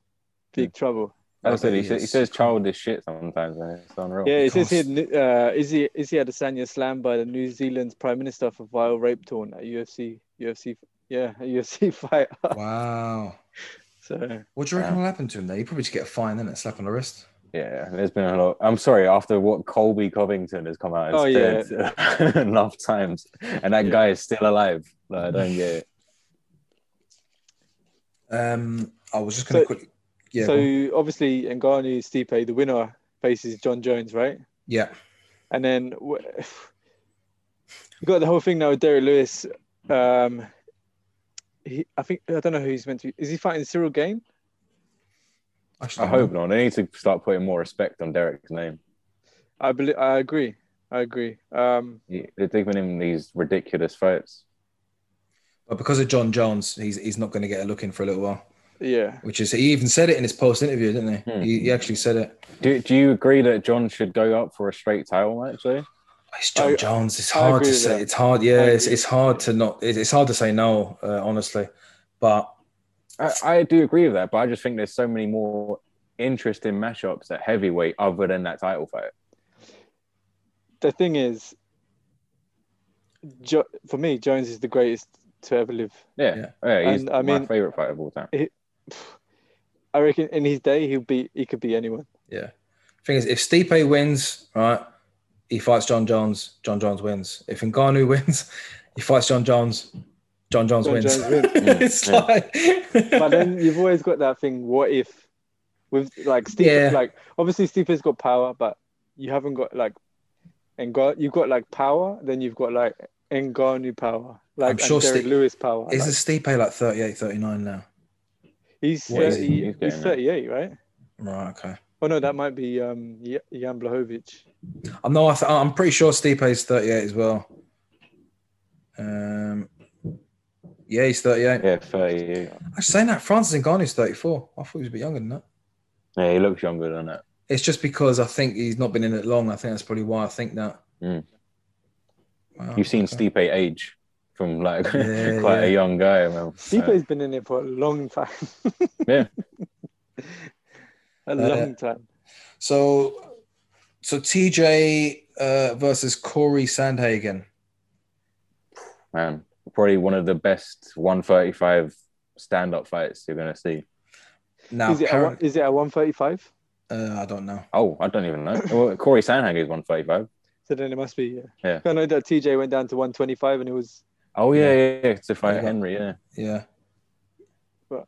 S3: big trouble.
S4: Like I said, he,
S2: Yes.
S4: says, he says childish shit sometimes, man. It's unreal.
S3: Yeah, it says
S2: Because-
S3: here, uh, Izzy, Izzy Adesanya slammed by the New Zealand's Prime Minister for vile rape torn at UFC, UFC, yeah, a UFC *laughs* fight.
S2: Wow.
S3: so
S2: What do you reckon will happen to him? There, you probably just get a fine, then a slap on the wrist.
S4: Yeah, there's been a lot. I'm sorry, after what Colby Covington has come out and
S3: Oh, yeah.
S4: said *laughs* enough times, and that
S3: Yeah.
S4: guy is still alive. Like, I don't get it.
S2: Um, I was just going to
S3: So-
S2: quick. Yeah.
S3: so
S2: go on.
S3: obviously Ngannou Stipe, the winner, faces John Jones, right?
S2: yeah.
S3: And then w- you *sighs* got the whole thing now with Derek Lewis. Um, he, I think I don't know who he's meant to. be. Is he fighting Cyril Gain?
S2: Actually,
S4: I
S3: Mm-hmm.
S4: hope not. They need to start putting more respect on Derek's name.
S3: I believe. I agree. I agree. Um,
S4: He- They're giving him these ridiculous fights.
S2: But because of John Jones, he's he's not going to get a look in for a little while.
S3: yeah.
S2: Which is he even said it in his post interview, didn't he?
S4: Hmm.
S2: he? He actually said it.
S4: Do, do you agree that John should go up for a straight title match, though?
S2: It's John
S3: I-
S2: Jones. It's
S3: I
S2: hard
S3: agree
S2: to
S3: with
S2: say.
S3: that.
S2: It's hard. Yeah, it's,
S3: agree.
S2: it's hard to not. It's, it's hard to say no, uh, honestly. But
S4: I, I do agree with that, but I just think there's so many more interesting matchups at heavyweight other than that title fight.
S3: The thing is, jo- for me, Jones is the greatest to ever live.
S4: Yeah,
S2: Yeah.
S4: yeah. he's
S3: And, I
S4: my
S3: mean-
S4: favorite fight of all time.
S3: I reckon in his day he'll be he could be anyone.
S2: yeah, thing is, if Stipe wins, right, he fights John Jones. John Jones wins. If Ngannou *laughs* wins, he fights John Jones. John Jones
S3: John
S2: wins.
S3: Jones
S2: *laughs*
S3: wins.
S2: it's
S4: Yeah.
S2: like,
S3: but
S2: *laughs*
S3: then you've always got that thing. What if, with like Stipe,
S2: Yeah.
S3: like obviously Stipe's got power, but you haven't got like, and got you've got like power. Then you've got like Ngannou power, like
S2: I'm sure
S3: and Derek
S2: Stipe-
S3: Lewis power. Like,
S2: isn't Stipe like 38, 39 now?
S3: he's
S2: what is
S3: 30,
S4: he? He's
S3: he's,
S4: getting there.
S3: 38, right?
S2: Right, okay.
S3: Oh no, that might be um Y- Jan Blahovic.
S2: I'm no, I th- I'm pretty sure Stipe's 38 as well. Um, yeah, he's 38.
S4: Yeah, 38.
S2: Actually, saying that Francis Ngannou's 34. I thought he was a bit younger than that.
S4: Yeah, he looks younger than that.
S2: It's just because I think he's not been in it long. I think that's probably why I think that.
S4: Mm.
S2: Wow,
S4: You've seen
S2: okay.
S4: Stipe age from like *laughs*
S2: Yeah,
S4: quite
S2: yeah.
S4: a young guy, man. So,
S3: Stipe's been in it for a long time. *laughs*
S4: Yeah. Uh,
S3: a
S2: yeah.
S3: long time.
S2: So, so TJ uh, versus Corey Sandhagen.
S4: man, probably one of the best 135 stand-up fights you're gonna see.
S2: Now,
S3: is it a, one-
S2: apparent-
S3: is it a 135?
S2: uh, I don't know.
S4: Oh, I don't even know. Well, Corey Sandhagen is 135.
S3: So then it must be.
S4: Yeah.
S3: I know that TJ went down to 125 and it was.
S4: Oh yeah, yeah, yeah. To fight
S2: Yeah.
S4: Henry, yeah.
S2: Yeah,
S3: But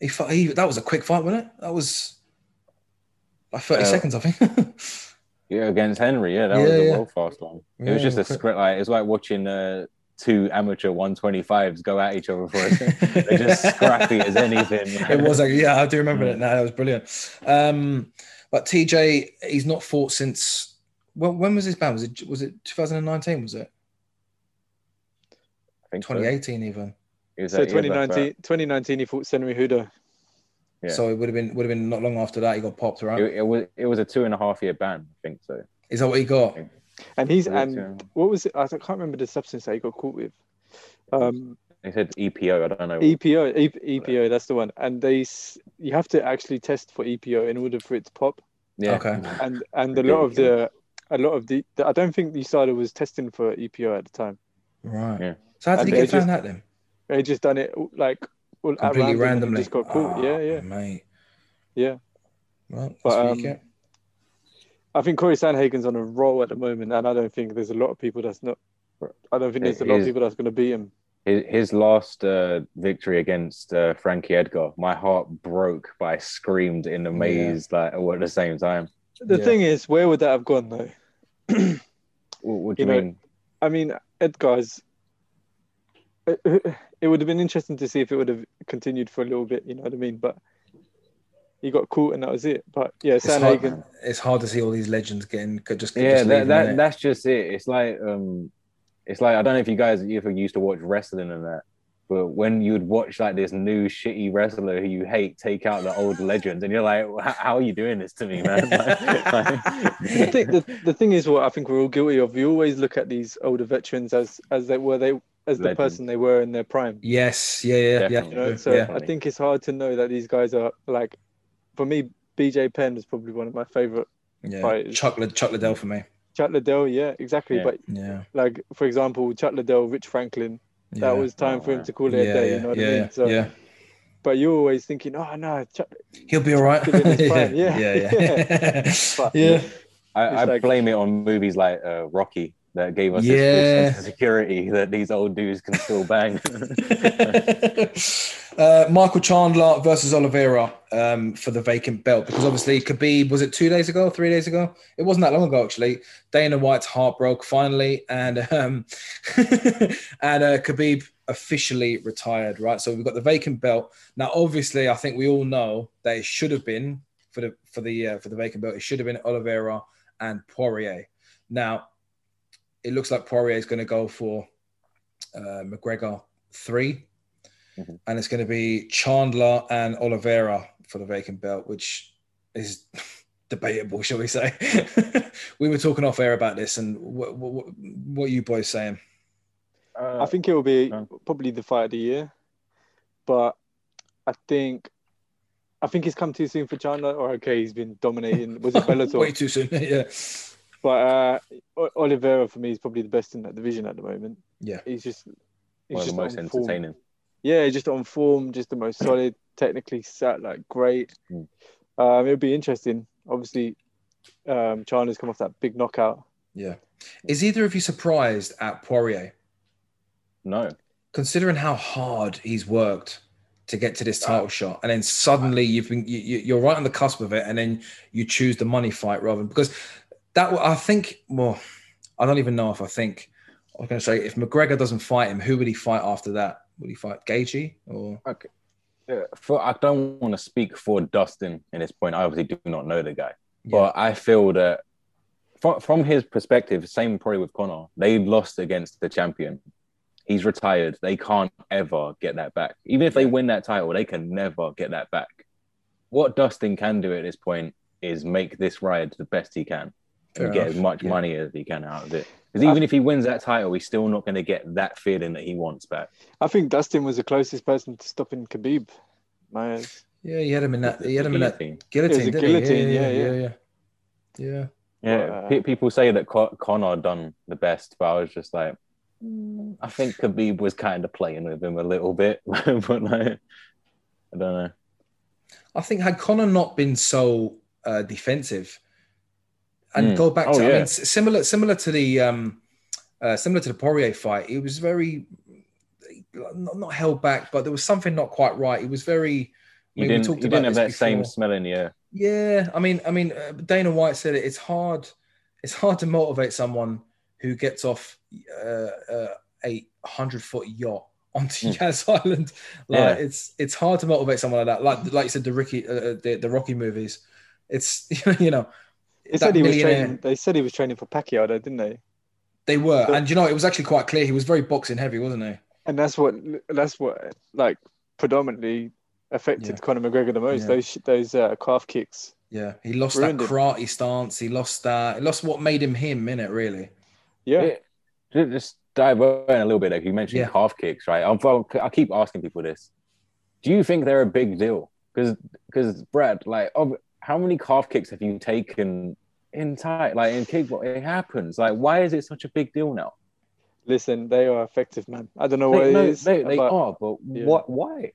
S2: he, fought, he that was a quick fight, wasn't it? That was like thirty
S4: Uh,
S2: seconds, I
S4: *laughs*
S2: think.
S4: Yeah, against Henry, yeah. That
S2: Yeah,
S4: was a
S2: yeah.
S4: well fast one. It
S2: Yeah,
S4: was just a
S2: quick.
S4: script like it's like watching uh, two amateur 125s go at each other for
S2: *laughs*
S4: a second. They're just scrappy as anything. Hmm.
S2: it was like yeah, I do remember it now. That was brilliant. Um, but TJ, he's not fought since. Well, when was this ban? Was it was it 2019? Was it
S4: I think so.
S2: 2018 even?
S4: It was
S3: so
S4: that year, but, uh,
S3: 2019, 2019, he fought Senri Huda.
S4: Yeah.
S2: So it would have been would have been not long after that he got popped, right?
S4: It, it was it was a two and a half year ban, I think so.
S2: Is that what he got?
S3: And he's.
S4: Is it,
S3: And
S4: um,
S3: what was it? I can't remember the substance that he got caught with. Um,
S4: They said EPO. I don't know.
S3: EPO, E- EPO, that's the one. And they, s- you have to actually test for EPO in order for it to pop.
S4: yeah.
S2: Okay.
S3: And and a lot of the, a lot of the, I don't think USADA was testing for EPO at the time.
S2: Right.
S4: Yeah.
S2: So how did
S3: And
S2: he
S3: they
S2: get found
S3: just-
S2: out then?
S3: They just done it like all at
S2: Completely
S3: random and
S2: randomly.
S3: Just got caught.
S2: Ah,
S3: yeah, yeah.
S2: mate.
S3: Yeah.
S2: Well, that's
S3: But,
S2: what
S3: um,
S2: you get.
S3: I think Corey Sandhagen's on a roll at the moment, and I don't think there's a lot of people that's not. I don't think there's a lot
S4: Is-
S3: of people that's going to beat him.
S4: His, his last uh, victory against uh, Frankie Edgar, my heart broke, but I screamed in amaze like all at the same time.
S3: The
S2: Yeah.
S3: thing is, where would that have gone though?
S4: What, what do
S3: You
S4: you,
S3: know-
S4: mean?
S3: *clears throat* I mean, Edgar's. It, it would have been interesting to see if it would have continued for a little bit. You know what I mean? But he got caught, and that was it. But yeah,
S2: It's hard,
S3: Sandhagen.
S2: it's hard to see all these legends getting could just
S4: yeah,
S2: just
S4: that,
S2: leaving,
S4: that
S2: innit?
S4: that's just it. It's like um, it's like I don't know if you guys if you used to watch wrestling and that, but when you would watch like this new shitty wrestler who you hate take out the old legends, and you're like, "Wh- how are you doing this to me, man? *laughs* Like-
S3: the
S4: like-
S3: thing, the, the thing is what I think we're all guilty of. We always look at these older veterans as as they were they as the
S4: Legend.
S3: person they were in their prime.
S2: Yes, yeah, yeah, yeah.
S4: Definitely.
S3: You know, so
S2: yeah.
S3: I think it's hard to know that these guys are like. For me, BJ Penn was probably one of my favorite.
S2: yeah.
S3: fighters.
S2: Chocolate, chocolate Dell for me.
S3: Chuck Liddell, yeah, exactly.
S4: Yeah.
S3: But
S2: Yeah,
S3: like for example, Chuck Liddell, Rich Franklin,
S2: yeah.
S3: that was time
S4: Oh,
S3: for him
S4: wow.
S3: to call it
S2: yeah,
S3: a day.
S2: yeah,
S3: you know what
S2: yeah,
S3: I mean? So,
S2: yeah.
S3: but you're always thinking, oh no, Chuck.
S2: He'll be all right.
S3: Still
S2: *laughs*
S3: in his prime, yeah,
S2: yeah, yeah.
S3: *laughs*
S2: *laughs*
S3: But-
S2: yeah.
S4: I,
S3: It's
S4: I
S3: like-
S4: blame it on movies like uh, Rocky that gave us this
S2: Yeah.
S4: false sense of security *laughs* that these old dudes can still
S3: *laughs*
S4: bang.
S2: uh, Michael Chandler versus Oliveira um, for the vacant belt because obviously Khabib was it two days ago, three days ago? It wasn't that long ago actually. Dana White's heart broke finally, and um, *laughs* and uh, Khabib officially retired. Right, so we've got the vacant belt now. Obviously, I think we all know that it should have been for the for the uh, for the vacant belt. It should have been Oliveira and Poirier. Now, it looks like Poirier is going to go for uh, McGregor three,
S4: Mhm.
S2: and it's going to be Chandler and Oliveira for the vacant belt, which is *laughs* debatable, shall we say? *laughs* we were talking off air about this, and what, what, what are you boys saying?
S4: Uh,
S3: I think it will be
S4: no.
S3: probably the fight of the year, but I think. I think he's come too soon for Chandler, or okay, he's been dominating.
S2: *laughs*
S3: Was it Bellator?
S2: Way too soon. yeah,
S3: But uh, O- Oliveira for me is probably the best in that division at the moment.
S2: Yeah.
S3: he's just he's
S4: one of the
S3: just
S4: most
S3: on form.
S4: entertaining.
S3: Yeah, he's just on form, just
S4: *clears throat*
S3: the most solid, technically sat like great.
S4: Mm.
S3: Um, it'll be interesting. Obviously, um, China's come off that big knockout.
S2: Yeah. Is either of you surprised at Poirier,
S4: No.
S2: considering how hard he's worked to get to this title shot, and then suddenly you've been you, you- you're right on the cusp of it, and then you choose the money fight rather than because that w- I think well, I don't even know if I think I was going to say if McGregor doesn't fight him, who would he fight after that? Would he fight Gaethje or
S4: Yeah, for, I don't want to speak for Dustin in this point. I obviously do not know the guy, but I feel that from, from his perspective, same probably with Connor, they lost against the champion. He's retired. They can't ever get that back. Even if they win that title, they can never get that back. What Dustin can do at this point is make this ride the best he can
S2: Fair
S4: and get
S2: enough.
S4: as much
S2: Yeah.
S4: money as he can out of it. Because even if he wins that title, he's still not going to get that feeling that he wants back.
S3: I think Dustin was the closest person to stopping Khabib. Man,
S2: yeah, he had him in that he had him in that
S4: Guillotine.
S2: guillotine,
S3: It was a
S2: didn't
S3: guillotine,
S2: he?
S3: yeah,
S2: yeah, yeah, yeah, yeah.
S4: Yeah,
S3: Uh,
S4: pe- people say that Co- Connor done the best, but I was just like, mm, I think Khabib was kind of playing with him a little bit, *laughs* but like, I don't know.
S2: I think had Connor not been so uh, defensive, and
S4: Mm.
S2: go back to
S4: Oh,
S2: I mean,
S4: yeah.
S2: s- similar similar to the um, uh, similar to the Poirier fight, he was very not, not held back, but there was something not quite right. He was very. I
S4: You
S2: mean, we
S4: didn't,
S2: talked
S4: you
S2: about
S4: didn't have that
S2: this
S4: same
S2: before.
S4: smell in the air.
S2: Yeah, I mean, I mean, uh, Dana White said it. It's hard. It's hard to motivate someone who gets off uh, uh, a hundred foot yacht onto *laughs*
S3: Hmm.
S4: Mm.
S2: Yas Island. Like
S4: Yeah.
S2: it's it's hard to motivate someone like that. Like like you said, the Ricky, uh, uh, the, the Rocky movies. It's *laughs* you know
S3: they
S2: That
S3: said he was
S2: millionaire.
S3: training. They said he was training for Pacquiao, though, didn't they?
S2: they were,
S3: The-
S2: and you know it was actually quite clear he was very boxing heavy, wasn't he?
S3: And that's what that's what like predominantly affected
S2: Yeah.
S3: Conor McGregor the most.
S2: Yeah.
S3: Those those uh, calf kicks.
S2: Yeah, he lost
S3: Ruined
S2: that
S3: him.
S2: karate stance. He lost that. He lost what made him him. In it really.
S3: Yeah.
S4: Yeah. Ju- Just diverting a little bit, like you mentioned
S2: Yeah.
S4: calf kicks, right? I'm, well, I keep asking people this. Do you think they're a big deal? Because, because Brad, like, of, how many calf kicks have you taken in tight? Like in kickbox, it happens. Like, why is it such a big deal now?
S3: Listen, they are effective, man. I don't know what
S4: They,
S3: it
S4: no,
S3: is.
S4: they, they
S3: but
S4: are, but
S3: Yeah.
S4: what? Why?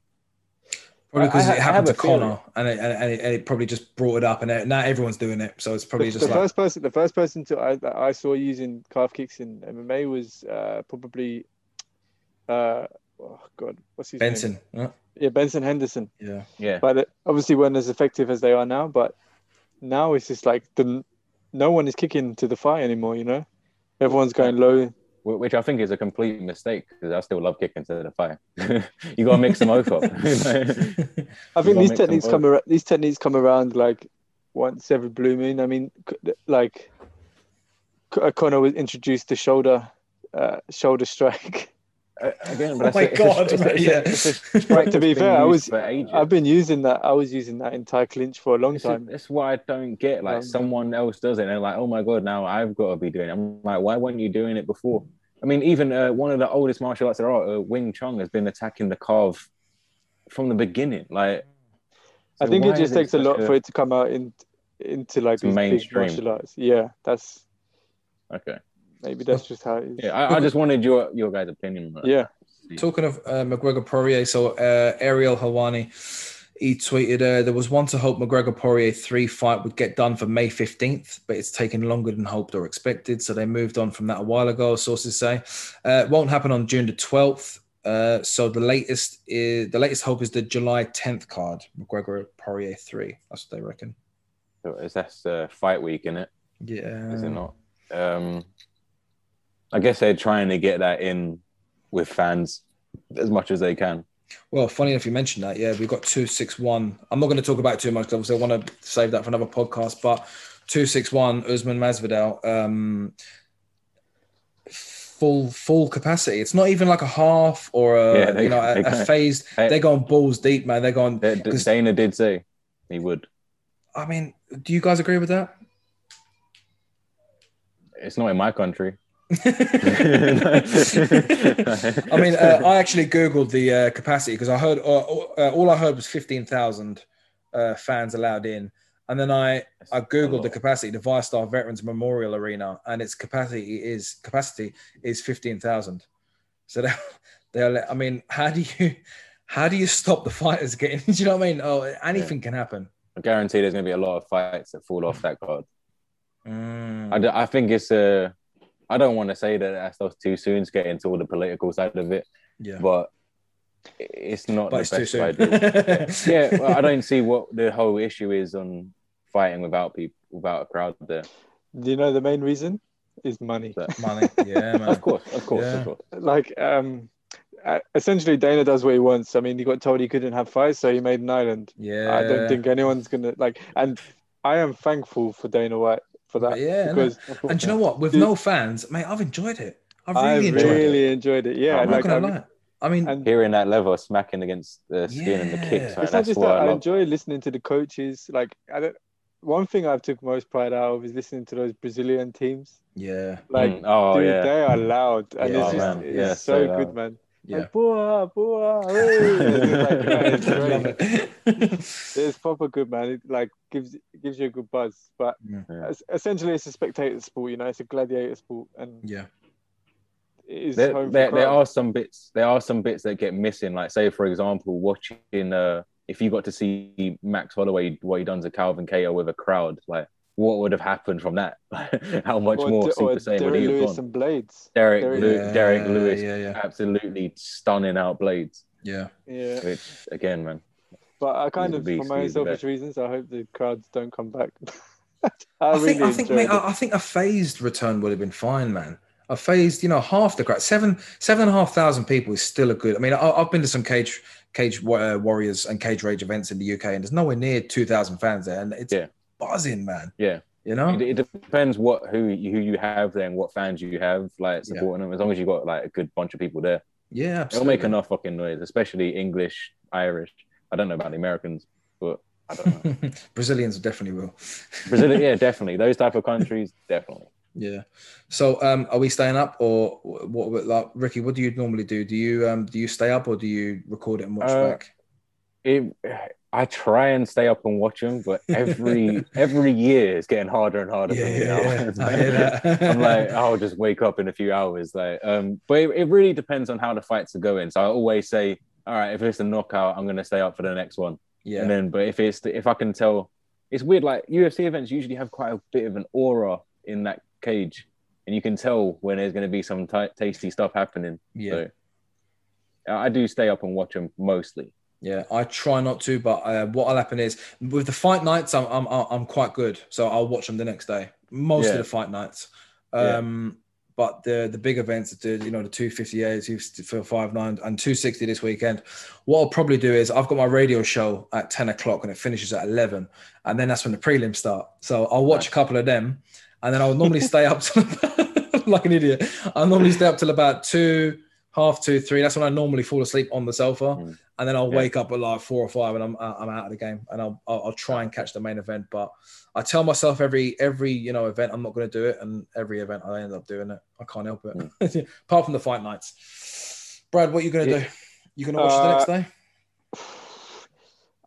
S2: Probably
S4: I- I
S2: because
S4: ha-
S2: it
S4: I
S2: happened to
S4: have a theory.
S2: Connor, and it, and, it, and it probably just brought it up, and now everyone's doing it. So it's probably
S3: the,
S2: just
S3: the
S2: like
S3: first person, the first person to I, that I saw using calf kicks in MMA was uh, probably, uh, oh god, what's his name?
S2: Benson. huh?
S3: Yeah, Benson Henderson.
S2: Yeah.
S4: Yeah.
S3: But it- obviously, weren't as effective as they are now. But now it's just like the no one is kicking to the fire anymore. You know, everyone's going low.
S4: Wh- which I think is a complete mistake because I still love kicking to the fire. *laughs* you gotta mix them both up. *laughs*
S3: I
S2: *laughs*
S3: *laughs*
S4: You
S3: think
S4: gotta
S3: these
S4: make some
S3: techniques come around. These techniques come around like once every blue moon. I mean, c- like C- uh, Conor was introduced the shoulder, uh, shoulder strike.
S4: Uh, Again,
S2: oh
S4: but
S2: my
S4: I say,
S2: god.
S4: *laughs* it's a- it's a-
S2: yeah.
S4: *laughs* it's a- it's a
S3: Right,
S4: strike
S3: to be
S4: that's been
S3: fair, I
S4: used
S3: was-
S4: for ages.
S3: I've been using that. I was using that entire clinch for a long
S4: This is-
S3: time.
S4: That's why I don't get like
S3: Um,
S4: someone else does it. And they're like, oh my god, now I've got to be doing it. I'm like, why weren't you doing it before? I mean, even uh, one of the oldest martial arts there are, uh, Wing Chun, has been attacking the calf from the beginning. Like,
S3: I
S4: so
S3: think
S4: why
S3: it
S4: is
S3: just takes a
S4: such
S3: lot for it to come out in, into like
S4: It's
S3: these big
S4: mainstream.
S3: martial arts. Yeah, that's
S4: Okay,
S3: maybe that's just how it is.
S4: yeah, I, I just wanted your your guys' opinion. on that.
S3: Yeah.
S2: Talking of uh, McGregor Poirier, so uh, Ariel Hawani, he tweeted, uh, there was one to hope McGregor Poirier 3 fight would get done for May 15th, but it's taken longer than hoped or expected. So they moved on from that a while ago, sources say. Uh, it won't happen on June the 12th. Uh, so the latest is, the latest hope is the July 10th card, McGregor Poirier 3. That's what they reckon.
S4: So it's- that's uh, fight week, isn't it?
S2: Yeah.
S4: is it not? Um, I guess they're trying to get that in with fans as much as they can.
S2: Well, funny enough, you mentioned that. Yeah, we've got 261. I'm not going to talk about it too much because obviously I want to save that for another podcast. But 261, Usman Masvidal, um, full full capacity. It's not even like a half or a,
S4: Yeah, they-
S2: you know, a,
S4: they
S2: a
S4: can't.
S2: phased.
S4: Hey.
S2: They're going balls deep, man. They're going.
S4: D- D-
S2: 'Cause-
S4: Dana did say he would.
S2: I mean, do you guys agree with
S4: *laughs*
S2: that?
S4: It's not in
S2: *laughs*
S4: my country.
S2: I mean,
S4: *laughs*
S2: uh, I actually googled the uh, capacity because I heard uh, uh, all I heard was fifteen thousand uh, fans allowed in, and then I I googled the capacity, the ViStar Veterans Memorial Arena, and its capacity is capacity is fifteen thousand. So *laughs* they they are. let- I mean, how do you how do you stop the fighters getting? *laughs* Do you know what I mean? Oh, anything can happen.
S4: I guarantee there's going to be a lot of fights that fall off that card.
S2: Mm.
S4: I, d- I think it's a. I don't want to say that that stuff's too soon to get into all the political side of it,
S2: yeah.
S4: but it's not
S2: But
S4: the
S2: it's too
S4: best
S2: soon. *laughs*
S4: idea. yeah, well, I don't see what the whole issue is on fighting without people, without a crowd there.
S3: Do you know the main reason is money?
S4: But
S2: Money. Yeah, man.
S4: of course, of course,
S2: Yeah.
S4: of course.
S3: Like, um, uh, essentially, Dana does what he wants. I mean, he got told he couldn't have fights, so he made an island.
S2: Yeah.
S3: I don't think anyone's gonna like. And I am thankful for Dana White for that
S2: But yeah, no.
S3: because
S2: And do you know what? With no fans, mate, I've enjoyed it. I've
S3: I
S2: really enjoyed it.
S3: really enjoyed it. Yeah,
S4: I'm
S2: I'm
S4: not
S2: not
S3: like,
S2: gonna
S3: I-
S2: lie. I mean,
S3: and
S4: Hearing that lever smacking against the skin and the kicks,
S2: Yeah.
S4: right?
S3: it's not
S4: that's
S3: just
S4: what
S3: that.
S4: I
S3: I,
S4: love.
S3: enjoy listening to the coaches. Like, I don't. One thing I've took most pride out of is listening to those Brazilian teams.
S2: yeah,
S4: Mm,
S3: Like,
S4: oh
S3: dude,
S4: yeah,
S3: they are loud, and
S2: Yeah.
S3: it's
S2: Oh,
S3: just
S4: man.
S3: it's
S4: Yeah,
S3: so,
S4: so
S3: good,
S4: loud.
S3: man. *laughs*
S2: yeah.
S3: Like,
S4: *laughs*
S3: boa, boa, hey. Like, man, it's
S2: *laughs*
S3: great.
S2: Love it.
S3: *laughs*
S2: *laughs*
S3: It's proper good, man. It like gives gives you a good buzz. But
S2: Yeah.
S4: Yeah.
S3: es- essentially, it's a spectator sport. You know, it's a gladiator sport, and
S2: yeah,
S3: it is
S4: there,
S3: home for
S4: there, there
S3: crowd.
S4: are some bits there are some bits that get missing like say for example watching uh if you got to see max holloway what he done to calvin ko with a crowd like what would have happened from that *laughs* how much
S3: Or
S4: more
S3: De-
S4: super
S3: or
S4: saiyan would
S3: Derek
S4: he have
S3: Lewis
S4: gone
S3: and Blades.
S4: derek,
S3: Derek-
S4: Lew-
S2: Yeah,
S4: derek lewis
S2: Yeah, yeah,
S4: absolutely stunning out blades
S2: yeah.
S3: Yeah,
S4: which again man
S3: but I kind
S4: He's a
S3: of, for
S4: beast,
S3: my own
S4: he's the
S3: selfish
S4: best.
S3: reasons, I hope the crowds don't come back. *laughs*
S2: I,
S3: I,
S2: think,
S3: really
S2: I think,
S3: enjoyed
S2: mate,
S3: it.
S2: I, I think a phased return would have been fine, man. A phased, you know, half the crowd, seven, seven and a half thousand people is still a good. I mean, I, I've been to some cage, cage wa- uh, warriors and cage rage events in the UK, and there's nowhere near two thousand fans there, and it's
S4: Yeah.
S2: buzzing, man.
S4: Yeah.
S2: you know,
S4: it, it depends what who you- who you have there and what fans you have like
S2: Yeah.
S4: supporting them as long as you got like a good bunch of people there
S2: yeah,
S4: It'll
S2: absolutely. *laughs*
S4: make enough fucking noise, especially English, Irish. I don't know about the Americans, but
S2: *laughs*
S4: I don't know.
S2: Brazilians definitely will.
S4: Brazil, yeah, definitely. Those type of countries, definitely.
S2: Yeah. So, um, are we staying up or what? what- Like, Ricky, what do you normally do? Do you um do you stay up or do you record it and watch
S4: Uh,
S2: back?
S4: It, I try and stay up and watch them, but
S2: *laughs*
S4: every every year it's getting harder and harder for me *laughs* now.
S2: I hear that. *laughs*
S4: I'm like, "Oh, I'll just wake up in a few hours. Like, um, but it, it really depends on how the fights are going. So I always say, all right, if it's a knockout, I'm gonna stay up for the next one.
S2: yeah,
S4: And then, but if it's if I can tell, it's weird. Like UFC events usually have quite a bit of an aura in that cage, and you can tell when there's going to be some ti tasty stuff happening.
S2: yeah.
S4: So, I I do stay up and watch them mostly.
S2: Yeah, I try not to, but uh, what will happen is with the fight nights, I'm I'm I'm quite good, so I'll watch them the next day. Most of
S4: Yeah.
S2: the fight nights,
S4: Yeah.
S2: um, but the the big events, the you know the two fifty eight, two five nine, and two sixty this weekend. What I'll probably do is I've got my radio show at ten o'clock and it finishes at eleven, and then that's when the prelims start. So I'll watch a couple of them, and then I'll normally stay up till *laughs* like an idiot. I normally stay up till about two, half two, three. That's when I normally fall asleep on the sofa,
S4: Mm.
S2: and then I'll
S4: Yeah.
S2: wake up at like four or five, and I'm uh, I'm out of the game, and I'll I'll, I'll try and catch the main event. But I tell myself every every you know event I'm not going to do it, and every event I end up doing it. I can't help it, *laughs* apart from the fight nights. Brad, what are you going to
S4: Yeah.
S2: do? You going to watch it the next day?
S3: *sighs*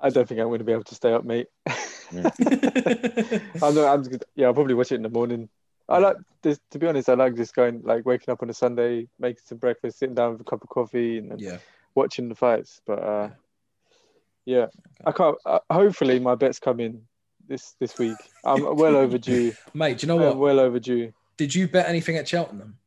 S3: I don't think I'm going to be able to stay up, mate. *laughs*
S2: yeah, *laughs*
S3: I'm, not, I'm just, gonna- yeah, I'll probably watch it in the morning. I like this. To be honest, I like just going, like waking up on a Sunday, making some breakfast, sitting down with a cup of coffee, and then watching the fights. But uh, yeah, I can't. Uh, hopefully, my bets come in this this week. I'm
S2: *laughs*
S3: well overdue.
S2: mate. Do you know
S3: I'm
S2: what?
S3: well overdue.
S2: Did you bet anything at Cheltenham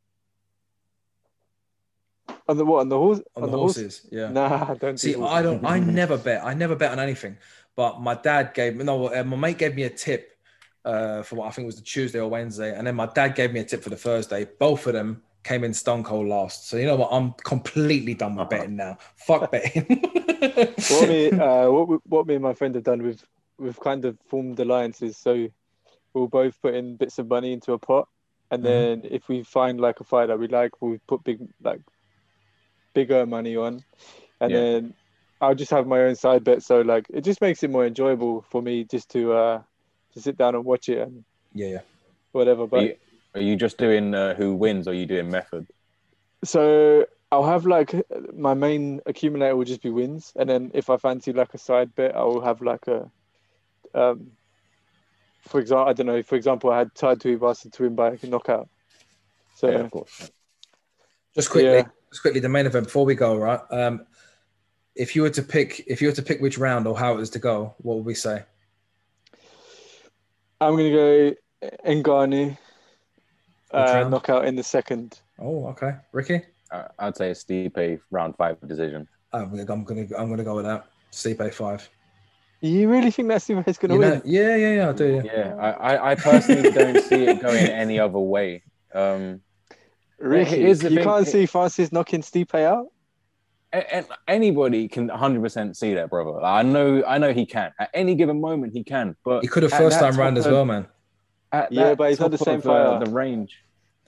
S3: On the what? On the horse?
S2: on, the horses? Yeah.
S3: Nah, I don't.
S2: See,
S3: do
S2: I
S3: horses.
S2: don't.
S3: *laughs*
S2: I never bet. I never bet on anything. But my dad gave me no. uh, My mate gave me a tip uh, for what I think was the Tuesday or Wednesday, and then my dad gave me a tip for the Thursday. Both of them came in stone cold last. So you know what? I'm completely done with
S4: Uh-huh.
S2: betting now. Fuck betting.
S4: *laughs*
S3: What me, uh, what, we- what me and my friend have done, we've we've kind of formed alliances. So we'll both put in bits of money into a pot, and
S2: Mhm.
S4: Mm-hmm.
S3: then if we find like a fight that we like, we'll put big like bigger money on, and
S4: Yeah.
S3: then I'll just have my own side bet. So like, it just makes it more enjoyable for me just to uh to sit down and watch it and
S2: *laughs* yeah, yeah.
S3: whatever. But
S4: Are you, are you just doing uh, who wins, or are you doing method?
S3: So I'll have like my main accumulator will just be wins, and then if I fancy like a side bet, I will have like a, um, for example, I don't know. For example, I had tied to Ibasa to win by knockout. So
S4: Yeah, of course.
S2: Just quickly,
S3: Yeah.
S2: just quickly, the main event before we go, right? Um, if you were to pick, if you were to pick which round or how it was to go, what would we say?
S3: I'm gonna go Ngani uh,
S2: round?
S3: knockout in the second.
S2: Oh, okay. Ricky?
S4: I- I'd say it's Stipe round five decision.
S2: I'm gonna, I'm gonna, I'm gonna go with that. Stipe five.
S3: You really think that Stipe's going to
S2: You know-
S3: win?
S2: yeah, yeah, yeah. I do. Yeah.
S4: Yeah, I, I, I personally don't see it going any other way. Um,
S3: Ricky,
S4: Here's the
S3: you
S4: thing-
S3: can't see Francis knocking Stipe out.
S4: a- and anybody can 100% see that, brother. Like, I know, I know he can. At any given moment, he can. But
S2: He could have
S4: at
S2: first
S4: that
S2: time round
S4: top
S2: as
S4: of-
S2: well, man.
S4: at
S3: Yeah,
S4: that
S3: but he's not
S4: top
S3: the same
S4: of, uh,
S3: fighter.
S4: the range.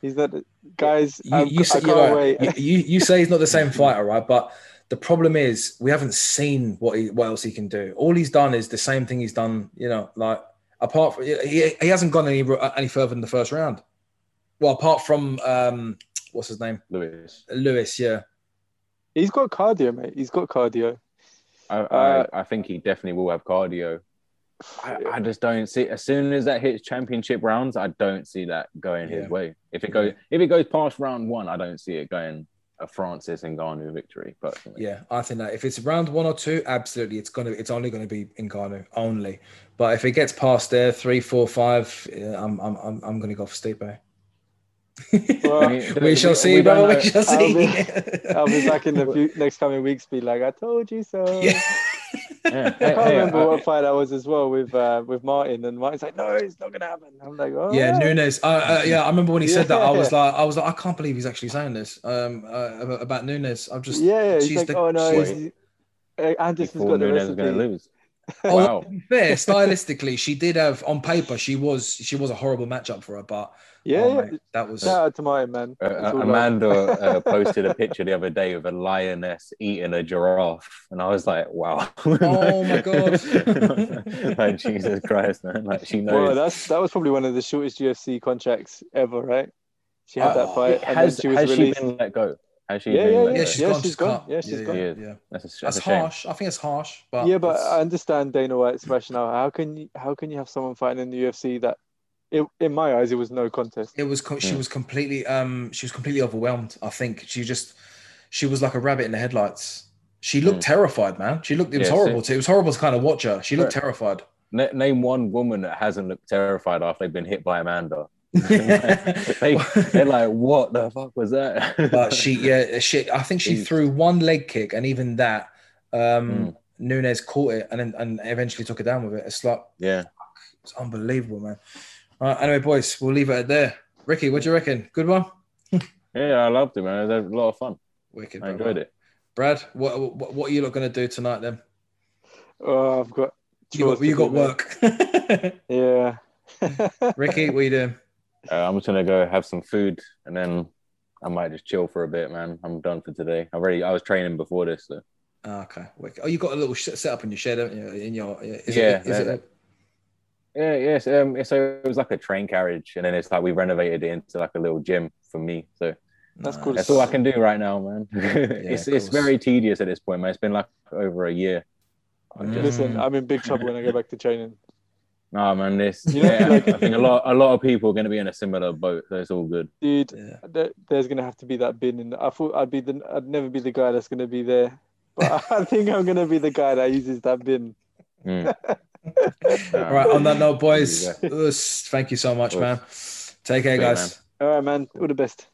S3: He's not, guys.
S2: You,
S3: I'm-
S2: you,
S3: I
S2: say,
S3: can't
S2: you're right.
S3: wait.
S2: You- you, you say he's not the same fighter, right? But the problem is we haven't seen what he, what else he can do. All he's done is the same thing he's done. You know, like apart from he, he hasn't gone any uh, any further than the first round. Well, apart from um, what's his name,
S4: Lewis,
S2: Lewis. Yeah,
S3: *laughs* He's got cardio, mate. He's got cardio.
S2: *laughs*
S4: I,
S3: Uh,
S4: I, I think he definitely will have cardio. I, I just don't see. As soon as that hits championship rounds, I don't see that going
S2: Yeah.
S4: his way. If it goes, if it goes past round one, I don't see it going a Francis and Ngannou victory. Personally,
S2: yeah. I think that if it's round one or two, absolutely, it's gonna it's only gonna be Ngannou only. But if it gets past there, three, four, five, yeah, I'm I'm I'm, I'm gonna go for Stipe.
S3: Well,
S4: I mean,
S2: we shall see,
S4: don't
S2: brother.
S4: know.
S2: We shall
S3: I'll
S2: see.
S3: I'll be back
S4: *laughs*
S2: *laughs*
S3: in the few, next coming weeks. Be like, I told you so.
S2: Yeah.
S4: Yeah.
S3: I
S4: Hey,
S3: can't
S4: hey,
S3: remember
S4: uh,
S3: what fight I was as well with uh, with Martin, and Martin's like, "No, it's not gonna happen." I'm like, "Oh,
S2: Yeah, Nunes. Uh, uh, yeah, I remember when he said that. I was like, I was like, I can't believe he's actually saying this um, uh, about- about Nunes. I'm just,
S3: yeah." yeah. He's
S2: she's
S3: like,
S2: the-
S3: "Oh no,
S2: she's
S4: the-
S3: it's- uh, Anderson's
S4: Before
S3: got the
S4: Nunes is going to
S3: recipe."
S4: lose.
S2: Oh,
S3: *laughs*
S4: Wow. Uh,
S2: to be fair, stylistically, she did have on paper. She was, she was a horrible matchup for her, but
S3: Yeah,
S2: oh,
S3: yeah.
S2: mate, that was.
S3: Shout out to Martin, man.
S4: Uh,
S3: It's
S4: uh,
S3: all *laughs*
S4: Amanda
S3: love.
S4: uh, posted a picture the other day of a lioness eating a giraffe, and I was like, "Wow!" *laughs*
S2: Oh my God.
S4: like Jesus Christ, man! Like she
S3: Well,
S4: knows.
S3: that's that was probably one of the shortest UFC contracts ever, right? She had
S4: Uh,
S3: that
S2: Oh,
S3: fight, and
S4: has
S3: then she was
S4: has
S3: released.
S4: she been let go? Has she
S3: Yeah,
S4: been
S3: yeah,
S4: let
S2: yeah,
S4: go?
S2: she's
S3: yeah,
S2: gone.
S3: she's
S2: She's
S3: gone.
S2: cut.
S3: Yeah, she's
S2: yeah,
S3: gone.
S2: Yeah,
S4: She
S2: yeah.
S4: That's a, that's
S2: that's
S4: a shame.
S2: harsh. I think it's harsh, but
S3: yeah, but I
S2: it's-
S3: understand Dana White's rationale. How can you how can you have someone fighting in the UFC that, it, in my eyes, it was no contest.
S2: it was co- she
S4: Yeah.
S2: was completely um she was completely overwhelmed i think she just she was like a rabbit in the headlights she looked terrified man she looked it was
S4: Mm. Yeah,
S2: horrible to, it was horrible to kind of watch her she looked
S4: *laughs*
S2: terrified *laughs*
S4: Na- name one woman that hasn't looked terrified after they've been hit by Amanda. they, they're like, "What the fuck was that?"
S2: but she yeah she i think she
S4: Jeez.
S2: threw one leg kick and even that um
S4: Mm.
S2: nunez caught it and then and eventually took her down with it it's like
S4: *laughs* yeah.
S2: it's unbelievable man all right anyway boys we'll leave it at there ricky what do you reckon good one
S4: Yeah, I loved it, man. It was a lot of fun.
S2: wicked
S4: I
S2: brother.
S4: enjoyed it.
S2: brad what, what what are you lot gonna do tonight then
S3: Oh, I've got.
S2: You got,
S3: chores
S2: you
S3: to
S2: got
S3: do, mate.
S2: work. *laughs*
S3: Yeah.
S2: Ricky, what you doing?
S4: Uh, I'm just gonna go have some food and then I might just chill for a bit, man. I'm done for today. I already I was training before this, so
S2: Oh, okay. wicked. Oh, you got a little sh- setup in your shed, haven't you? In your is
S4: Yeah,
S2: It, is
S4: yeah,
S2: it a-
S4: yeah, yes. Um, it's- so it was like a train carriage, and then it's like we renovated it into like a little gym for me. So
S3: That's
S2: Nice.
S3: cool.
S4: that's all I can do right now, man. *laughs* it's
S2: of
S4: it's
S2: course.
S4: very tedious at this point, man. It's been like over a year. I'm just
S3: *laughs*
S4: *laughs*
S3: Listen,
S2: Mm.
S3: I'm in big trouble when I go back to training.
S4: no man. This
S3: You know,
S4: yeah,
S3: like-
S4: I think a lot a lot of people are gonna be in a similar boat. So it's all good.
S3: Dude,
S2: Yeah.
S3: there- there's gonna have to be that bin, and I thought I'd be the, I'd never be the guy that's gonna be there, but *laughs* I think I'm gonna be the guy that uses that bin.
S4: *laughs* Mm.
S2: All right. On that note, boys,
S4: There
S2: us, thank you so much,
S4: Cool.
S2: man. Take care,
S4: See you,
S2: guys.
S3: All right, man. All the best.